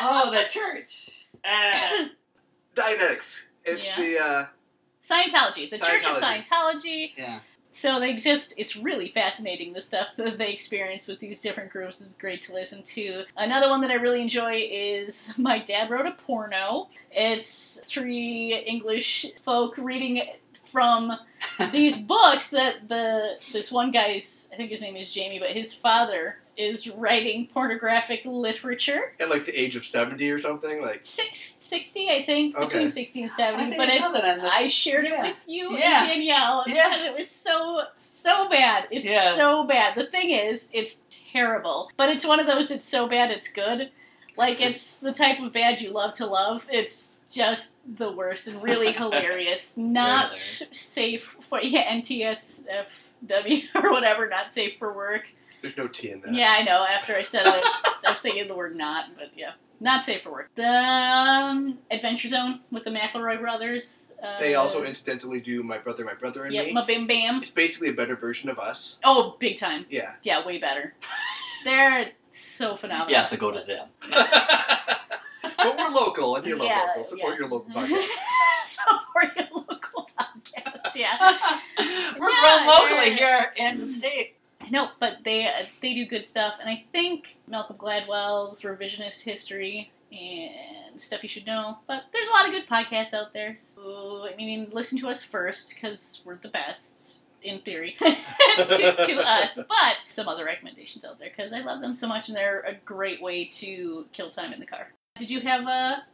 Speaker 2: oh, that church. Ah.
Speaker 3: Dianetics. It's
Speaker 1: Yeah.
Speaker 3: the uh,
Speaker 1: Scientology, the Church of
Speaker 3: Scientology.
Speaker 1: Scientology.
Speaker 2: yeah.
Speaker 1: So they just, it's really fascinating the stuff that they experience with these different groups. is great to listen to. Another one that I really enjoy is My Dad Wrote a Porno. It's three English folk reading from these books that the this one guy's I think his name is Jamie, but his father is writing pornographic literature.
Speaker 3: at like the age of seventy or something. Like
Speaker 1: Six, 60, I think,
Speaker 3: Okay.
Speaker 1: between sixty and seventy.
Speaker 2: I think
Speaker 1: but
Speaker 2: I saw
Speaker 1: it's
Speaker 2: that on the-
Speaker 1: I shared
Speaker 2: Yeah.
Speaker 1: it with you
Speaker 2: Yeah.
Speaker 1: and Danielle. and
Speaker 2: Yeah.
Speaker 1: it was so so bad. It's
Speaker 2: Yes.
Speaker 1: so bad. The thing is, it's terrible. But it's one of those that's so bad it's good. Like it's the type of bad you love to love. It's just the worst and really hilarious. not
Speaker 2: hilarious.
Speaker 1: safe for yeah NTSFW or whatever. Not safe for work.
Speaker 3: there's no T in that.
Speaker 1: Yeah, I know. After I said it, I'm saying the word "not," but yeah, not safe for work. The um, Adventure Zone with the McElroy brothers. Uh,
Speaker 3: They also incidentally do my brother, my brother and
Speaker 1: yeah,
Speaker 3: me.
Speaker 1: ma bim bam.
Speaker 3: It's basically a better version of us.
Speaker 1: Oh, big time.
Speaker 3: Yeah.
Speaker 1: Yeah, way better. They're so phenomenal.
Speaker 2: Yeah, so go to them.
Speaker 3: but we're local, and you love
Speaker 1: Yeah,
Speaker 3: local. Support
Speaker 1: yeah. Mm-hmm.
Speaker 3: your local podcast.
Speaker 1: Support your local podcast. Yeah,
Speaker 2: We're
Speaker 1: Yeah,
Speaker 2: grown
Speaker 1: yeah.
Speaker 2: locally here in the state.
Speaker 1: no, but they uh, they do good stuff, and I think Malcolm Gladwell's revisionist history and stuff you should know. But there's a lot of good podcasts out there. So I mean, listen to us first because we're the best in theory to, to us. But some other recommendations out there because I love them so much, and they're a great way to kill time in the car. Did you have a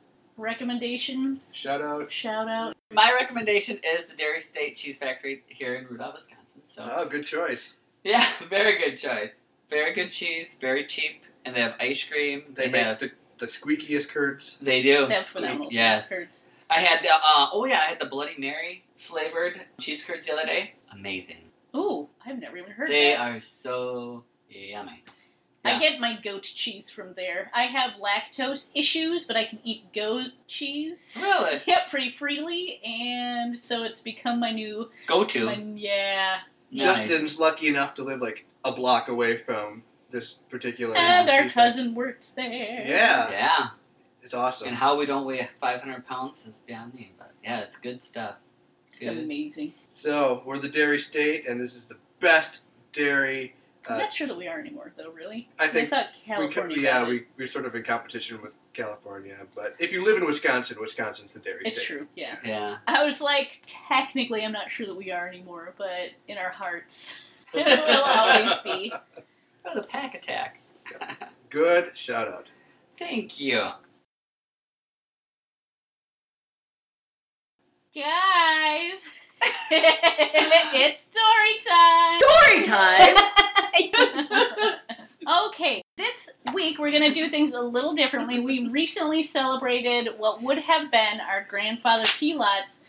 Speaker 1: recommendation?
Speaker 3: Shout out.
Speaker 1: Shout out.
Speaker 2: My recommendation is the Dairy State Cheese Factory here in Rudolph, Wisconsin. So
Speaker 3: Oh, good choice.
Speaker 2: yeah, very good choice. Very good cheese, very cheap, and they have ice cream.
Speaker 3: They
Speaker 2: They,
Speaker 3: make
Speaker 2: have.
Speaker 3: the, the squeakiest curds.
Speaker 2: They do.
Speaker 1: They have phenomenal
Speaker 2: Yes.
Speaker 1: cheese curds.
Speaker 2: I had the. Uh, oh yeah, I had the Bloody Mary flavored cheese curds the other day. Amazing.
Speaker 1: Ooh, I've never even heard
Speaker 2: They
Speaker 1: of that.
Speaker 2: are so yummy.
Speaker 1: I
Speaker 2: yeah.
Speaker 1: get my goat cheese from there. I have lactose issues, but I can eat goat cheese.
Speaker 2: Really?
Speaker 1: Yeah, pretty freely, and so it's become my new.
Speaker 2: Go to.
Speaker 1: my- yeah,
Speaker 2: Nice.
Speaker 3: Justin's lucky enough to live like a block away from this particular.
Speaker 1: and our
Speaker 3: cheese
Speaker 1: cousin works
Speaker 3: factory.
Speaker 1: there.
Speaker 3: Yeah,
Speaker 2: Yeah.
Speaker 3: it's awesome.
Speaker 2: And how we don't weigh 500 pounds is beyond me. But yeah, it's good stuff.
Speaker 1: it's
Speaker 2: Good.
Speaker 1: amazing.
Speaker 3: So we're the dairy state, and this is the best dairy. Uh,
Speaker 1: I'm not sure that we are anymore, though. Really,
Speaker 3: I think
Speaker 1: thought
Speaker 3: we
Speaker 1: California.
Speaker 3: could, yeah,
Speaker 1: got it.
Speaker 3: we, we're sort of in competition with California, but if you live in Wisconsin, Wisconsin's the dairy
Speaker 1: It's
Speaker 3: state.
Speaker 1: true. Yeah,
Speaker 2: Yeah.
Speaker 1: I was like, technically, I'm not sure that we are anymore, but in our hearts, it will always be.
Speaker 2: Oh, the pack attack.
Speaker 3: Good shout out.
Speaker 2: Thank you.
Speaker 1: Guys, it's story time.
Speaker 2: Story time.
Speaker 1: okay, this week we're going to do things a little differently. We recently celebrated what would have been our grandfather Pilat's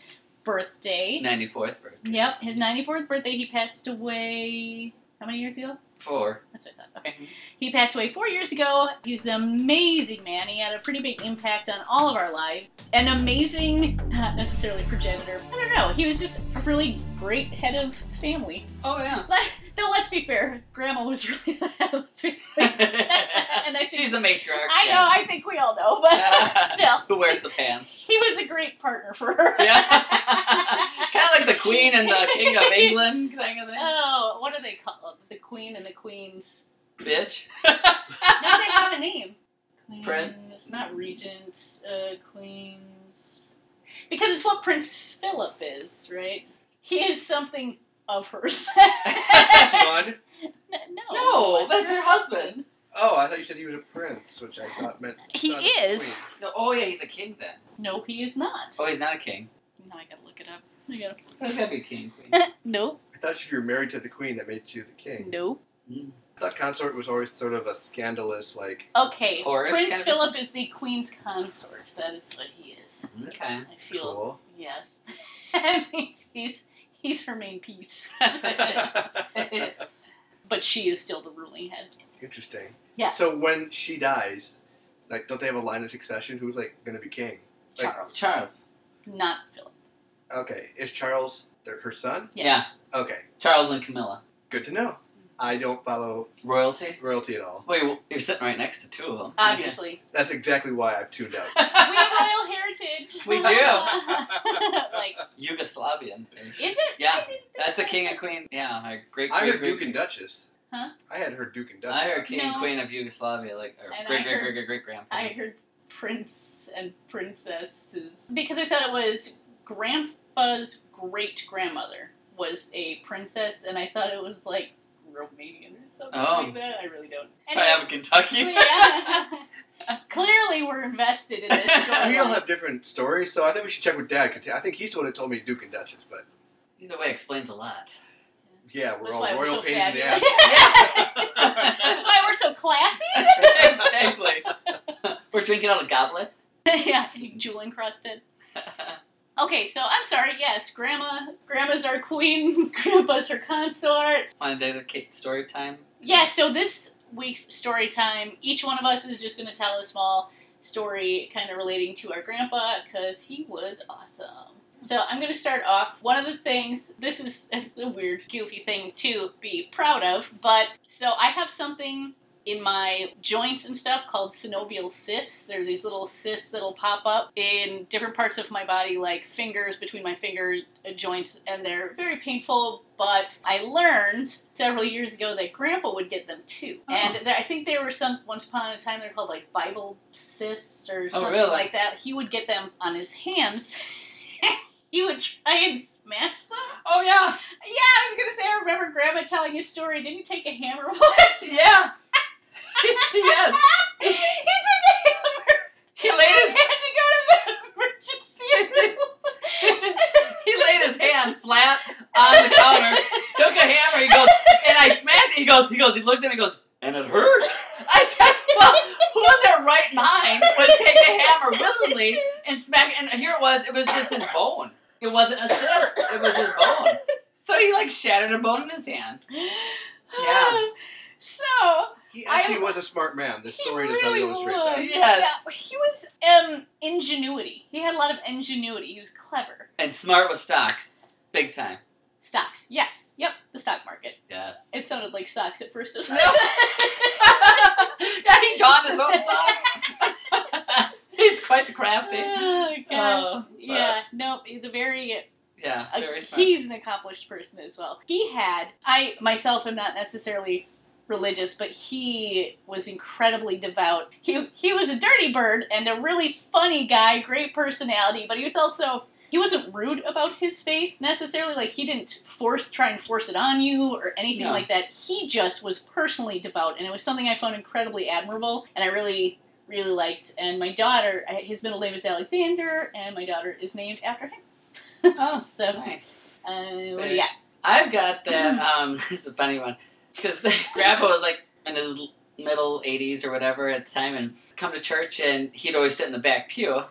Speaker 1: birthday.
Speaker 2: 94th birthday.
Speaker 1: Yep, his 94th birthday. He passed away how many years ago?
Speaker 2: Four.
Speaker 1: That's what I thought. Okay.
Speaker 2: Mhm.
Speaker 1: He passed away four years ago. He was an amazing man. He had a pretty big impact on all of our lives. An amazing, not necessarily progenitor. I don't know. He was just a really great head of family.
Speaker 2: Oh, yeah.
Speaker 1: But, though, let's be fair, Grandma was really the head of the family. And I think-
Speaker 2: She's the matriarch.
Speaker 1: I know,
Speaker 2: yeah.
Speaker 1: I think we all know, but still,
Speaker 2: Who wears the pants?
Speaker 1: he was a great partner for her.
Speaker 2: Yeah. kind of like the Queen and the King of England kind of thing.
Speaker 1: Oh, what do they call the queen and the queen's?
Speaker 2: Bitch.
Speaker 1: No, they have a name. Queens,
Speaker 2: Prince?
Speaker 1: not regents, uh, queens. Because it's what Prince Philip is, right? He is something of hers.
Speaker 3: Fun.
Speaker 1: no,
Speaker 2: No,
Speaker 1: but
Speaker 2: that's her husband.
Speaker 3: Oh, I thought you said he was a prince, which I thought meant
Speaker 1: He
Speaker 3: son of
Speaker 1: is.
Speaker 3: queen.
Speaker 2: No, oh yeah, he's a king then.
Speaker 1: No, he is not.
Speaker 2: Oh, he's not a king.
Speaker 1: Now I gotta look it up. I gotta-
Speaker 2: He's gotta be a king queen.
Speaker 1: nope.
Speaker 3: I thought if you were married to the queen, that made you the king.
Speaker 1: Nope.
Speaker 3: I thought consort was always sort of a scandalous, like
Speaker 1: Okay.
Speaker 2: Horace
Speaker 1: Prince
Speaker 2: kind of-
Speaker 1: Philip is the queen's consort. That is what he is.
Speaker 2: okay.
Speaker 1: I feel
Speaker 3: cool.
Speaker 1: yes. that means he's he's her main piece. but she is still the ruling head.
Speaker 3: Interesting.
Speaker 1: Yeah.
Speaker 3: So when she dies, like, don't they have a line of succession? Who's like going to be king? Like,
Speaker 1: Charles.
Speaker 2: Charles.
Speaker 1: Not Philip.
Speaker 3: okay, is Charles their, her son?
Speaker 1: Yes.
Speaker 3: Okay,
Speaker 2: Charles and Camilla.
Speaker 3: good to know. I don't follow
Speaker 2: Royalty.
Speaker 3: royalty at all.
Speaker 2: Wait, well, you're sitting right next to two of them.
Speaker 1: Obviously.
Speaker 3: That's exactly why I've tuned out.
Speaker 1: we have royal heritage.
Speaker 2: We do.
Speaker 1: like
Speaker 2: Yugoslavian.
Speaker 1: is it?
Speaker 2: Yeah.
Speaker 1: I didn't think
Speaker 2: That's the
Speaker 1: so.
Speaker 2: king and queen. Yeah, my great
Speaker 3: I
Speaker 2: great
Speaker 3: heard
Speaker 2: great.
Speaker 3: Duke and Duchess.
Speaker 1: Huh?
Speaker 3: I had heard Duke and Duchess.
Speaker 2: I heard king and
Speaker 1: No.
Speaker 2: queen of Yugoslavia, like or
Speaker 1: And I
Speaker 2: great great
Speaker 1: heard-
Speaker 2: great great great grandpa.
Speaker 1: I heard prince and princesses because I thought it was grandpa's great grandmother was a princess, and I thought it was like Romanian or something
Speaker 2: Oh.
Speaker 1: like that. I really don't.
Speaker 2: If I have Kentucky.
Speaker 1: yeah. Clearly, we're invested in this story.
Speaker 3: We all have different stories, so I think we should check with Dad. 'cause I think he's the one that told me Duke and Duchess, but
Speaker 2: Either way explains a lot.
Speaker 3: yeah, we're
Speaker 1: That's
Speaker 3: all
Speaker 1: why we're
Speaker 3: royal
Speaker 1: so
Speaker 3: pains
Speaker 1: fabulous.
Speaker 3: in the
Speaker 1: That's why we're so classy.
Speaker 2: exactly. We're drinking out of goblets.
Speaker 1: yeah, jewel encrusted. Okay, so I'm sorry. Yes, grandma, grandma's our queen, grandpa's her consort.
Speaker 2: Want to dedicate story time?
Speaker 1: Yeah, so this week's story time, each one of us is just going to tell a small story kind of relating to our grandpa because he was awesome. So I'm going to start off. One of the things, this is it's a weird, goofy thing to be proud of, but so I have something in my joints and stuff called synovial cysts. There are these little cysts that'll pop up in different parts of my body, like fingers, between my finger uh, joints, and they're very painful. But I learned several years ago that Grandpa would get them too,
Speaker 2: Oh.
Speaker 1: and there, I think there were some once upon a time they're called like Bible cysts or
Speaker 2: Oh,
Speaker 1: something
Speaker 2: really?
Speaker 1: like that. He would get them on his hands. he would try and smash them.
Speaker 2: Oh yeah,
Speaker 1: Yeah, I was gonna say I remember Grandma telling a story. Didn't he take a hammer once?
Speaker 2: yeah. yes,
Speaker 1: he took a hammer.
Speaker 2: he laid
Speaker 1: and
Speaker 2: his
Speaker 1: had to go to the emergency room.
Speaker 2: he laid his hand flat on the counter, took a hammer, he goes, and I smacked it. He goes, he goes, he looks at me, he goes, and it hurt. I said, well, who in their right mind would take a hammer willingly and smack? And here it was, it was just his bone. It wasn't a cyst, it was his bone. So he like shattered a bone in his hand. Yeah.
Speaker 1: So
Speaker 3: He
Speaker 1: I-
Speaker 3: actually was a smart man. This
Speaker 1: he
Speaker 3: story does
Speaker 1: really
Speaker 3: not illustrate
Speaker 1: was.
Speaker 3: that.
Speaker 2: Yes.
Speaker 1: Yeah, he was um ingenuity. He had a lot of ingenuity. He was clever.
Speaker 2: And smart with stocks, big time.
Speaker 1: Stocks. Yes. Yep. The stock market.
Speaker 2: Yes.
Speaker 1: It sounded like stocks at first.
Speaker 2: No. yeah, he donned his own socks. He's quite crafty.
Speaker 1: Oh, gosh.
Speaker 2: Uh, but-
Speaker 1: yeah, nope. He's a very
Speaker 2: Yeah,
Speaker 1: a-
Speaker 2: very smart.
Speaker 1: he's an accomplished person as well. He had I myself am not necessarily religious, but he was incredibly devout. He he was a dirty bird and a really funny guy, great personality, but he was also he wasn't rude about his faith necessarily. Like he didn't force try and force it on you or anything
Speaker 2: No.
Speaker 1: like that. He just was personally devout, and it was something I found incredibly admirable, and I really really liked. And my daughter, his middle name is Alexander, and my daughter is named after him.
Speaker 2: Oh,
Speaker 1: so
Speaker 2: nice.
Speaker 1: uh, what do
Speaker 2: Very-
Speaker 1: you got?
Speaker 2: I've got that. Um, this is a funny one because Grandpa was like in his middle '80s or whatever at the time, and come to church, and he'd always sit in the back pew,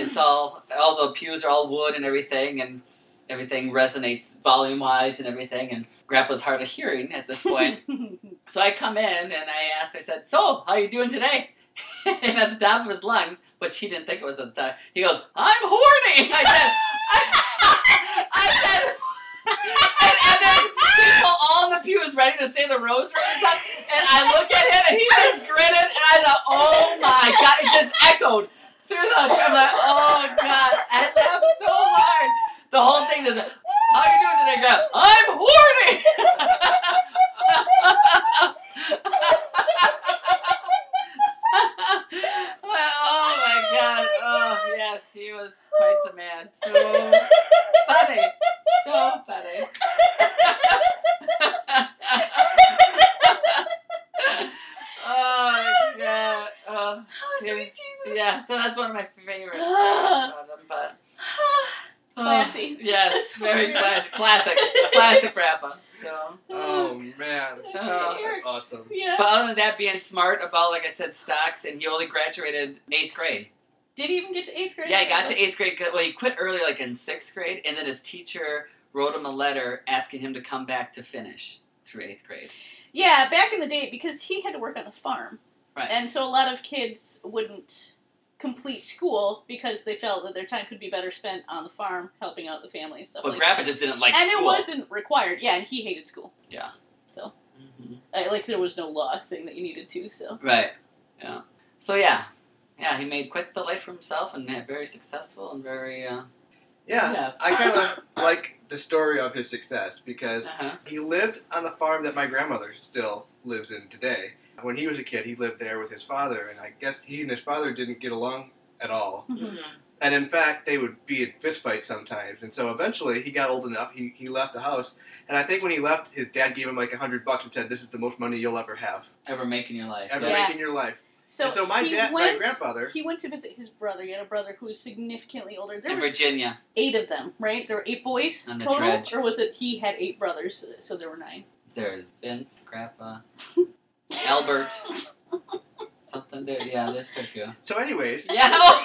Speaker 2: it's all all the pews are all wood and everything, and it's- everything resonates volume wise and everything, and Grandpa's hard of hearing at this point. So I come in and I asked, I said, So, how you doing today? and at the top of his lungs, which he didn't think it was at the time, he goes, I'm horny. I said, I, said, and, and there's people all in the pew is ready to say the rosary and stuff. And I look at him and he's just grinning and I thought, Oh my God, it just echoed through the church. I'm like, Oh God, I laughed so hard. The whole thing is, How you doing today, Grandpa? I'm horny. oh my god. Oh yes, he was quite the man. So funny. So funny. oh that's one of my favorites.
Speaker 1: Ah.
Speaker 2: about him, but
Speaker 1: Classy.
Speaker 2: Oh, yes, very
Speaker 1: Yeah.
Speaker 2: class- classic, classic wrap up. So,
Speaker 3: Oh man,
Speaker 2: Oh.
Speaker 3: that's awesome.
Speaker 1: yeah.
Speaker 2: but other than that, being smart about like I said, stocks, and he only graduated eighth grade.
Speaker 1: Did he even get to eighth grade?
Speaker 2: Yeah, he got to eighth grade. 'cause- Well, he quit early, like in sixth grade, and then his teacher wrote him a letter asking him to come back to finish through eighth grade.
Speaker 1: Yeah, back in the day, because he had to work on the farm.
Speaker 2: Right.
Speaker 1: And so a lot of kids wouldn't complete school because they felt that their time could be better spent on the farm, helping out the family and stuff
Speaker 2: But
Speaker 1: like
Speaker 2: Grandpa just didn't like
Speaker 1: that. And
Speaker 2: school.
Speaker 1: it wasn't required. Yeah, and he hated school.
Speaker 2: Yeah.
Speaker 1: So,
Speaker 2: Mhm.
Speaker 1: I, like, there was no law saying that you needed to, so.
Speaker 2: right. Yeah. So yeah, yeah, he made quite the life for himself and had very successful and very. Uh,
Speaker 3: Yeah,
Speaker 2: Yeah.
Speaker 3: I kind of like the story of his success because
Speaker 2: uh-huh.
Speaker 3: he lived on the farm that my grandmother still lives in today. When he was a kid, he lived there with his father, and I guess he and his father didn't get along at all.
Speaker 2: Mm-hmm.
Speaker 3: And in fact, they would be in fistfights sometimes. And so eventually, he got old enough. He, he left the house, and I think when he left, his dad gave him like a hundred bucks and said, "This is the most money you'll ever have,
Speaker 2: Ever make in your life.
Speaker 3: ever
Speaker 2: yeah.
Speaker 1: Yeah.
Speaker 3: make in your life."
Speaker 1: So,
Speaker 3: and so my
Speaker 1: he
Speaker 3: dad,
Speaker 1: went,
Speaker 3: my grandfather,
Speaker 1: He went to visit his brother. He had a brother who was significantly older. There
Speaker 2: In
Speaker 1: was
Speaker 2: Virginia,
Speaker 1: eight of them, right? There were eight boys
Speaker 2: On the
Speaker 1: total,
Speaker 2: dredge.
Speaker 1: or was it he had eight brothers, so there were nine?
Speaker 2: there's Vince, Grandpa, Albert, something there. Yeah, there's quite a few.
Speaker 3: so anyways,
Speaker 2: Yeah.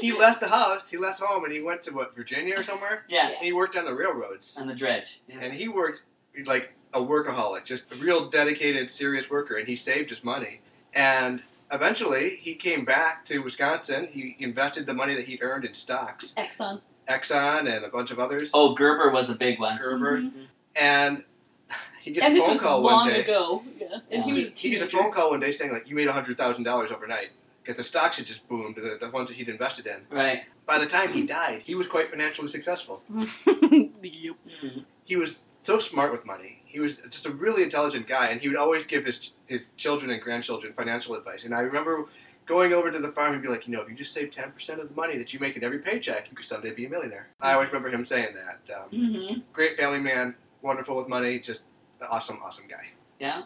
Speaker 3: he left the house. He left home, and he went to what Virginia or somewhere.
Speaker 2: yeah.
Speaker 3: And he worked on the railroads,
Speaker 2: On the dredge. Yeah.
Speaker 3: and he worked like a workaholic, just a real dedicated, serious worker, and he saved his money. And eventually, he came back to Wisconsin. He invested the money that he'd earned in stocks,
Speaker 1: Exxon.
Speaker 3: Exxon, and a bunch of others.
Speaker 2: Oh, Gerber was a big one.
Speaker 3: Gerber,
Speaker 1: Mhm.
Speaker 3: and he gets
Speaker 1: and
Speaker 3: a
Speaker 1: this
Speaker 3: phone
Speaker 1: was
Speaker 3: call
Speaker 1: long
Speaker 3: one day.
Speaker 1: ago. Yeah, and he
Speaker 2: Yeah.
Speaker 1: was a
Speaker 3: He gets
Speaker 1: teenager.
Speaker 3: a phone call one day saying like, "You made hundred thousand dollars overnight." Because the stocks had just boomed, the, the ones that he'd invested in.
Speaker 2: Right.
Speaker 3: By the time
Speaker 1: Mm-hmm.
Speaker 3: he died, he was quite financially successful.
Speaker 1: Yep.
Speaker 2: Mm-hmm.
Speaker 3: he was so smart with money. He was just a really intelligent guy, and he would always give his his children and grandchildren financial advice. And I remember going over to the farm and be like, you know, if you just save ten percent of the money that you make in every paycheck, you could someday be a millionaire. I always remember him saying that. Um,
Speaker 2: Mm-hmm.
Speaker 3: Great family man, wonderful with money, just an awesome, awesome guy.
Speaker 2: Yeah.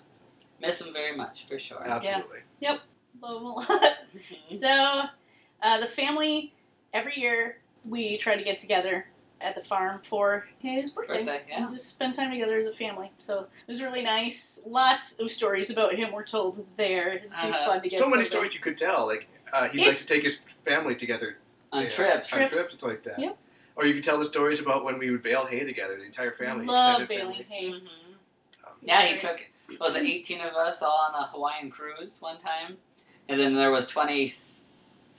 Speaker 2: Miss him very much, for sure.
Speaker 3: Absolutely.
Speaker 1: Love him a lot.
Speaker 2: Mm-hmm.
Speaker 1: So, uh, the family every year we try to get together at the farm for his birthday.
Speaker 2: Birthday, yeah.
Speaker 1: And just spend time together as a family. So it was really nice. Lots of stories about him were told there. It'd be
Speaker 2: Uh-huh.
Speaker 1: fun to get
Speaker 3: So many
Speaker 1: some of
Speaker 3: stories you could tell. Like uh, he'd like
Speaker 1: It's-
Speaker 3: to take his family together
Speaker 2: On
Speaker 3: yeah,
Speaker 2: trips.
Speaker 3: on
Speaker 1: Trips.
Speaker 3: trips, and like that.
Speaker 1: Yep.
Speaker 3: Or you could tell the stories about when we would bail hay together, the entire
Speaker 1: them.
Speaker 3: family.
Speaker 1: Love
Speaker 3: extended
Speaker 1: Bailey Hay.
Speaker 3: family. Um,
Speaker 2: Mm-hmm. Yeah, he took, what was it 18 of us all on a Hawaiian cruise one time? And then there was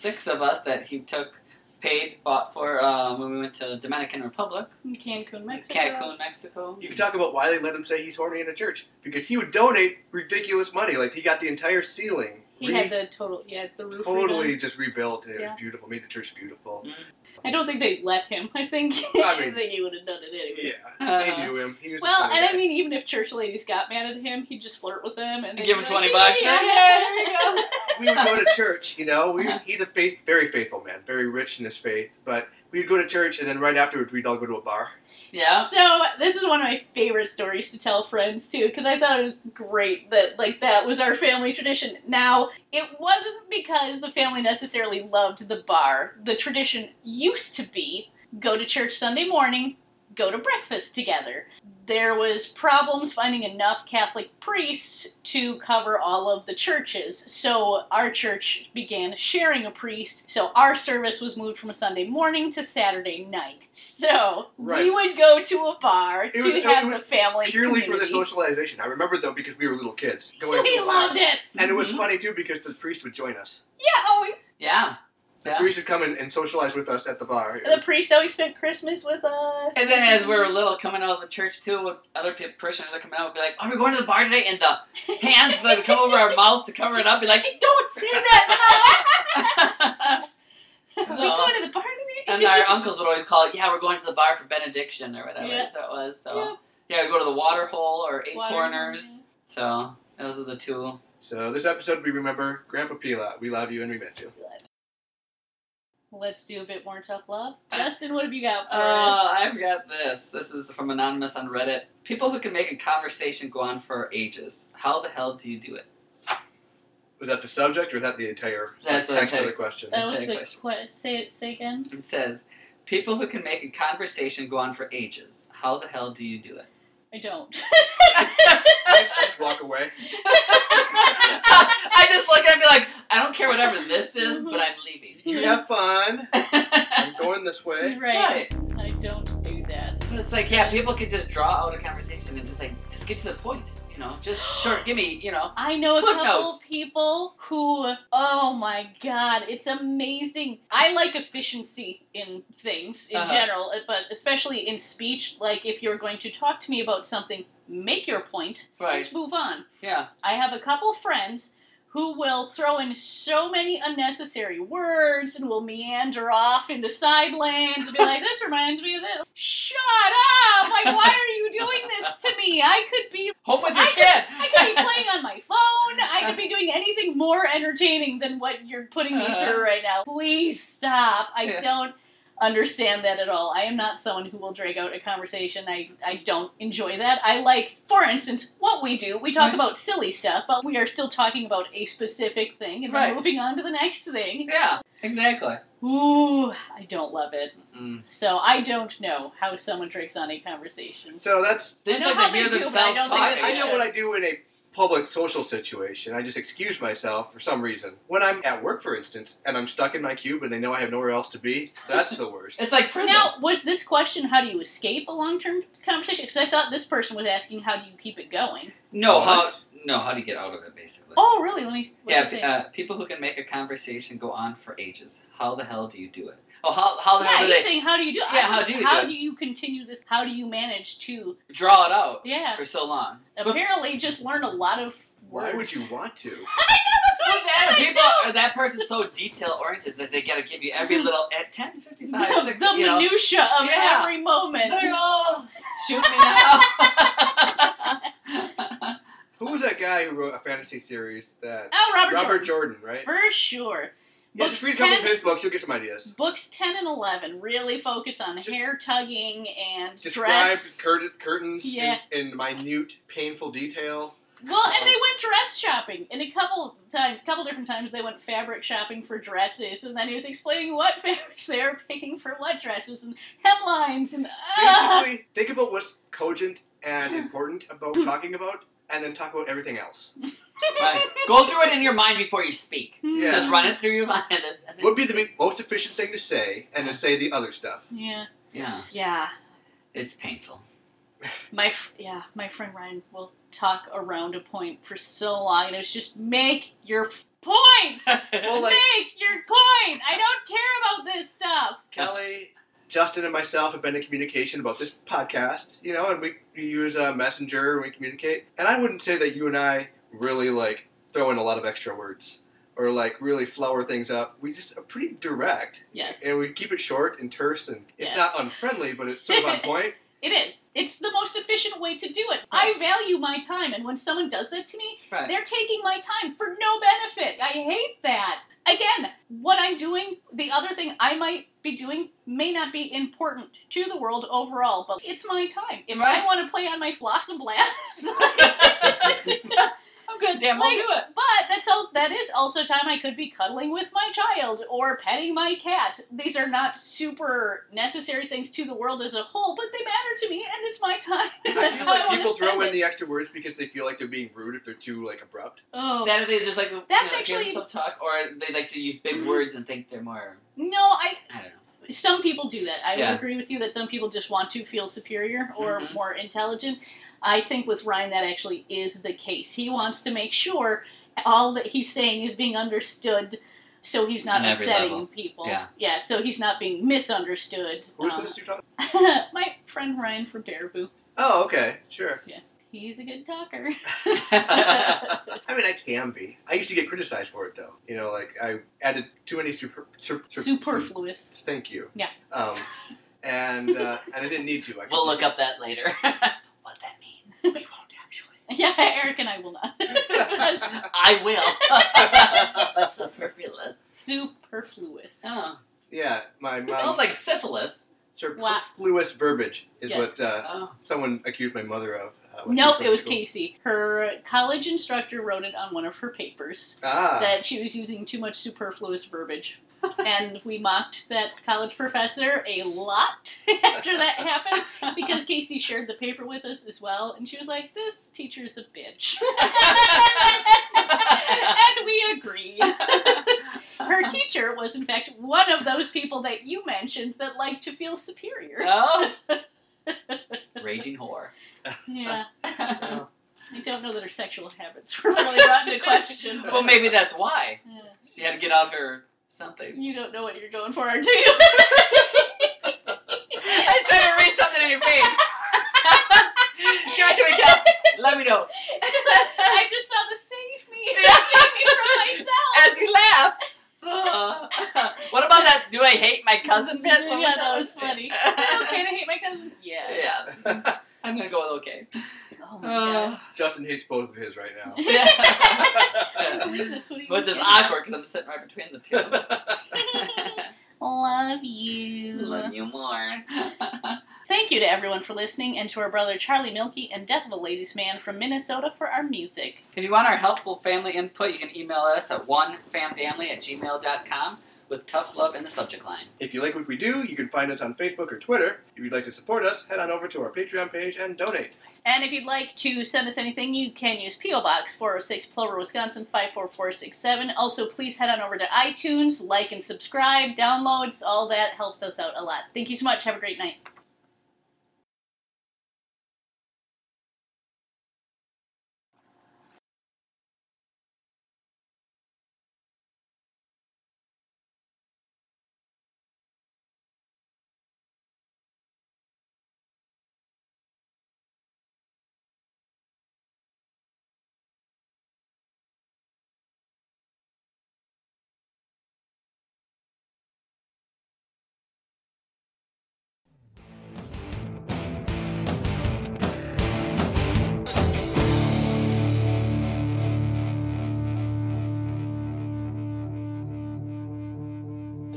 Speaker 2: 26 of us that he took, paid, bought for uh, when we went to Dominican Republic,
Speaker 1: in Cancun, Mexico.
Speaker 2: Cancun, Mexico.
Speaker 3: You can talk about why they let him say he's horny in a church because he would donate ridiculous money. Like he got the entire ceiling
Speaker 1: He
Speaker 3: re-
Speaker 1: had the total, yeah, the roof.
Speaker 3: totally
Speaker 1: redone.
Speaker 3: just rebuilt. And It
Speaker 1: Yeah.
Speaker 3: was beautiful. Made the church beautiful.
Speaker 1: I don't think they let him. I think
Speaker 3: I
Speaker 1: I,
Speaker 3: mean-
Speaker 1: think he would have done it anyway.
Speaker 3: Yeah, they
Speaker 2: Uh-huh.
Speaker 3: knew him. He was a
Speaker 1: Well,
Speaker 3: funny
Speaker 1: and I
Speaker 3: guy.
Speaker 1: mean, even if church ladies got mad at him, he'd just flirt with them and
Speaker 2: You
Speaker 1: they'd
Speaker 2: give him
Speaker 1: be
Speaker 2: 20
Speaker 1: like,
Speaker 2: bucks,
Speaker 1: Yeah,
Speaker 2: yeah, there you go.
Speaker 3: we would go to church. You know, we,
Speaker 2: Uh-huh.
Speaker 3: he's a faith, very faithful man, very rich in his faith. But we'd go to church, and then right afterwards, we'd all go to a bar.
Speaker 2: Yeah.
Speaker 1: So this is one of my favorite stories to tell friends too, because I thought it was great that like that was our family tradition. Now it wasn't because the family necessarily loved the bar. The tradition used to be go to church Sunday morning, go to breakfast together. There was problems finding enough Catholic priests to cover all of the churches. So our church began sharing a priest. So our service was moved from Sunday morning to Saturday night. So we
Speaker 3: Right.
Speaker 1: would go to a bar to
Speaker 3: was- it
Speaker 1: have
Speaker 3: was
Speaker 1: the family
Speaker 3: Purely for the
Speaker 1: community.
Speaker 3: socialization. I remember though because we were little kids going.
Speaker 1: We
Speaker 3: to a bar.
Speaker 1: loved it.
Speaker 3: and it was
Speaker 2: Mhm.
Speaker 3: funny too because the priest would join us.
Speaker 1: Yeah, always.
Speaker 2: Yeah.
Speaker 3: The
Speaker 2: Yeah.
Speaker 3: priest would come in and socialize with us at the bar. It
Speaker 1: The
Speaker 3: was-
Speaker 1: priest always spent Christmas with us.
Speaker 2: And then as we were little coming out of the church too, when other pe- parishioners would come out and be like, are we going to the bar today? And the hands that would come over our mouths to cover it up be like, don't say that now!
Speaker 1: Are we
Speaker 2: So-
Speaker 1: going to the bar today?
Speaker 2: and our uncles would always call it, yeah, we're going to the bar for benediction or whatever.
Speaker 1: Yeah.
Speaker 2: So it was.
Speaker 1: Yeah.
Speaker 2: So yeah, we go to the water hole or eight
Speaker 1: Water.
Speaker 2: corners. So those are the two.
Speaker 3: So this episode, we remember Grandpa Pila. We love you and we miss you.
Speaker 1: Let's do a bit more tough love. Justin, what have you got for
Speaker 2: Oh,
Speaker 1: us?
Speaker 2: I've got this. This is from anonymous on Reddit. People who can make a conversation go on for ages. How the hell do you do it?
Speaker 3: Was that the subject or was that the entire
Speaker 2: That's the
Speaker 3: text of
Speaker 2: entire-
Speaker 3: the question?
Speaker 1: That was
Speaker 2: Okay,
Speaker 1: the
Speaker 2: question.
Speaker 1: question. Say it. Say again.
Speaker 2: It says, people who can make a conversation go on for ages. How the hell do you do it?
Speaker 1: I don't.
Speaker 3: Just- just walk away.
Speaker 2: I just look at it and be like, I don't care whatever this is, but I'm leaving.
Speaker 3: You have fun. I'm
Speaker 2: right.
Speaker 3: going this way.
Speaker 1: right. I don't do that.
Speaker 2: And It's like, yeah, people could just draw out a conversation and just like, just get to the point, you know, just short, give me, you know.
Speaker 1: I know a
Speaker 2: Cliff
Speaker 1: couple
Speaker 2: notes.
Speaker 1: people who, oh my god, it's amazing. I like efficiency in things in
Speaker 2: Uh-huh.
Speaker 1: general, uh, but especially in speech. Like, if you're going to talk to me about something, make your point
Speaker 2: Right.
Speaker 1: and move on.
Speaker 2: Yeah.
Speaker 1: I have a couple friends who will throw in so many unnecessary words and will meander off into side lanes and be like, this reminds me of this. Shut up! Like, why are you doing this to me? I could be
Speaker 2: Home with your
Speaker 1: I could-
Speaker 2: kid.
Speaker 1: I could be playing on my phone. I could be doing anything more entertaining than what you're putting me
Speaker 2: Uh-huh.
Speaker 1: through right now. Please stop. I
Speaker 2: Yeah.
Speaker 1: don't understand that at all. I am not someone who will drag out a conversation. I, I don't enjoy that. I like, for instance, what we do. We talk
Speaker 2: Right.
Speaker 1: about silly stuff, but we are still talking about a specific thing and then
Speaker 2: Right.
Speaker 1: moving on to the next thing.
Speaker 2: yeah, exactly.
Speaker 1: Ooh, I don't love it.
Speaker 2: Mm.
Speaker 1: So I don't know how someone drags on a conversation.
Speaker 3: So that's
Speaker 2: They
Speaker 1: I
Speaker 2: just
Speaker 1: know
Speaker 2: like
Speaker 1: how
Speaker 2: to
Speaker 1: they
Speaker 2: hear
Speaker 1: do, but I
Speaker 2: themselves
Speaker 1: don't think
Speaker 2: talking.
Speaker 1: they
Speaker 3: I, I know what I do in a public social situation. I just excuse myself for some reason. When I'm at work, for instance, and I'm stuck in my cube and they know I have nowhere else to be, that's the worst.
Speaker 2: It's like prison.
Speaker 1: Now, was this question how do you escape a long term conversation? Because I thought this person was asking how do you keep it going.
Speaker 2: no, how?
Speaker 3: What?
Speaker 2: No, how do you get out of it, basically?
Speaker 1: Oh, really? Let me. what
Speaker 2: yeah,
Speaker 1: did it
Speaker 2: p-
Speaker 1: say?
Speaker 2: uh, people who can make a conversation go on for ages. How the hell do you do it? Oh, how, how the
Speaker 1: yeah,
Speaker 2: hell do
Speaker 1: he's
Speaker 2: they
Speaker 1: saying how do you do? it?
Speaker 2: Yeah,
Speaker 1: I
Speaker 2: how
Speaker 1: was-
Speaker 2: do you
Speaker 1: how
Speaker 2: do it?
Speaker 1: do you continue this? How do you manage to?
Speaker 2: draw it out
Speaker 1: Yeah,
Speaker 2: for so long? But-
Speaker 1: apparently just learn a lot of words.
Speaker 3: Why would you want to?
Speaker 2: Well, that,
Speaker 1: I
Speaker 2: people
Speaker 1: don't.
Speaker 2: are that person's so detail oriented that they gotta give you every little eh, at 10, 55,
Speaker 1: The,
Speaker 2: 60,
Speaker 1: the
Speaker 2: you know.
Speaker 1: minutia of
Speaker 2: Yeah.
Speaker 1: every moment.
Speaker 2: It's like, oh, shoot me now.
Speaker 3: Who was that guy who wrote a fantasy series that
Speaker 1: Oh, Robert,
Speaker 3: Robert
Speaker 1: Jordan.
Speaker 3: Jordan, right?
Speaker 1: for sure.
Speaker 3: Yeah,
Speaker 1: Books
Speaker 3: just read a couple of
Speaker 1: 10
Speaker 3: his books, you'll get some ideas.
Speaker 1: Books ten and eleven really focus on
Speaker 3: Just-
Speaker 1: hair tugging and
Speaker 3: Describe
Speaker 1: dress.
Speaker 3: cur- curtains in-
Speaker 1: Yeah.
Speaker 3: in, minute, painful detail.
Speaker 1: Well, and they went dress shopping, and a couple time, couple different times they went fabric shopping for dresses, and then he was explaining what fabrics they were picking for what dresses and hemlines and. ah!
Speaker 3: Basically, think about what's cogent and important about talking about, and then talk about everything else.
Speaker 2: Right. Go through it in your mind before you speak.
Speaker 1: Hmm.
Speaker 3: Yeah.
Speaker 2: Just run it through your mind. And then, and then-
Speaker 3: Would be the most efficient thing to say, and then say the other stuff.
Speaker 1: Yeah,
Speaker 2: yeah,
Speaker 1: yeah.
Speaker 2: it's painful.
Speaker 1: My f- yeah, my friend Ryan will talk around a point for so long, and it's just make your f- point.
Speaker 3: Well, like-
Speaker 1: make your point. I don't care about this stuff.
Speaker 3: Kelly, Justin, and myself have been in communication about this podcast, you know, and we, we use uh, Messenger and we communicate. And I wouldn't say that you and I really like throw in a lot of extra words or like really flower things up. We just are pretty direct
Speaker 1: Yes,
Speaker 3: and we keep it short and terse and it's
Speaker 1: Yes.
Speaker 3: not unfriendly, but it's sort of on point.
Speaker 1: it is. It's the most efficient way to do it. I value my time, and when someone does that to me,
Speaker 2: right.
Speaker 1: They're taking my time for no benefit. I hate that. Again, what I'm doing, the other thing I might be doing may not be important to the world overall, but it's my time. If
Speaker 2: Right.
Speaker 1: I want to play on my floss and blast,
Speaker 2: I'm good, damn, I'll
Speaker 1: Like-
Speaker 2: do it.
Speaker 1: but that's all that is also time I could be cuddling with my child or petting my cat. These are not super necessary things to the world as a whole, but they matter to me and it's my time.
Speaker 3: I
Speaker 1: That's
Speaker 3: feel
Speaker 1: how I
Speaker 3: like
Speaker 1: wanna
Speaker 3: people throw
Speaker 1: spend
Speaker 3: in
Speaker 1: it.
Speaker 3: the extra words because they feel like they're being rude if they're too like abrupt.
Speaker 1: Oh.
Speaker 2: That they just like
Speaker 1: That's
Speaker 2: you know,
Speaker 1: actually-
Speaker 2: self talk, or they like to use big words and think they're more.
Speaker 1: No, I
Speaker 2: I don't know.
Speaker 1: some people do that. I
Speaker 2: Yeah.
Speaker 1: would agree with you that some people just want to feel superior or
Speaker 2: Mhm.
Speaker 1: more intelligent. I think with Ryan that actually is the case. He wants to make sure all that he's saying is being understood so he's not
Speaker 2: On every level.
Speaker 1: upsetting people.
Speaker 2: Yeah.
Speaker 1: so he's not being misunderstood.
Speaker 3: Who's
Speaker 1: Um,
Speaker 3: this you're talking?
Speaker 1: my friend Ryan from Baraboo.
Speaker 3: Oh, okay, sure.
Speaker 1: He's a good talker.
Speaker 3: I mean, I can be. I used to get criticized for it, though. You know, like I added too many super, super,
Speaker 1: Superfluous.
Speaker 3: Thank you.
Speaker 1: Yeah.
Speaker 3: Um, and uh, and I didn't need to. I could
Speaker 2: we'll
Speaker 3: just-
Speaker 2: look up that later. what that means. We won't actually.
Speaker 1: Yeah, Eric and I will not.
Speaker 2: I will. Superfluous.
Speaker 1: Superfluous.
Speaker 2: Oh.
Speaker 3: yeah, my
Speaker 2: It sounds
Speaker 3: mom.
Speaker 2: like syphilis.
Speaker 3: Sir
Speaker 1: Wow.
Speaker 3: Lewis Burbage is
Speaker 1: Yes.
Speaker 3: what uh,
Speaker 2: Oh.
Speaker 3: someone accused my mother of. Uh, when she
Speaker 1: Nope,
Speaker 3: from
Speaker 1: it was
Speaker 3: school.
Speaker 1: Casey. Her college instructor wrote it on one of her papers.
Speaker 3: Ah,
Speaker 1: that she was using too much superfluous verbiage. and we mocked that college professor a lot after that happened because Casey shared the paper with us as well. And she was like, This teacher's a bitch. and we agreed. Her teacher was, in fact, one of those people that you mentioned that like to feel superior.
Speaker 2: Oh. Raging whore.
Speaker 1: Yeah.
Speaker 3: well,
Speaker 1: I don't know that her sexual habits were really brought into question.
Speaker 2: well, maybe that's why
Speaker 1: Yeah.
Speaker 2: she had to get out her something.
Speaker 1: You don't know what you're going for, do you?
Speaker 2: I was trying to read something in your face. Give it to me, Cal. Let me know.
Speaker 1: I just saw the save me,
Speaker 2: Yeah.
Speaker 1: save me from myself.
Speaker 2: As you laugh. what about that? Do I hate my cousin bit? What
Speaker 1: yeah, that was funny. Is it okay to hate my cousin? Yeah.
Speaker 2: yeah, I'm gonna go with okay. Uh,
Speaker 1: Oh my
Speaker 3: Justin hates both of his right now.
Speaker 2: yeah.
Speaker 1: god. I can't believe that's what he
Speaker 2: Which is
Speaker 1: did.
Speaker 2: awkward because I'm sitting right between the two. of them.
Speaker 1: Love you.
Speaker 2: Love you more.
Speaker 1: Thank you to everyone for listening and to our brother Charlie Milky and Death of a Ladies Man from Minnesota for our music.
Speaker 2: if you want our helpful family input, you can email us at onefamdamly at gmail.com with tough love in the subject line.
Speaker 3: if you like what we do, you can find us on Facebook or Twitter. If you'd like to support us, head on over to our Patreon page and donate.
Speaker 1: And if you'd like to send us anything, you can use P.O. Box 406 Plover, Wisconsin 54467. Also, please head on over to iTunes, like and subscribe, downloads, all that helps us out a lot. Thank you so much. Have a great night.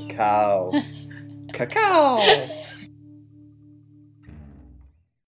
Speaker 3: Cow. Cacao.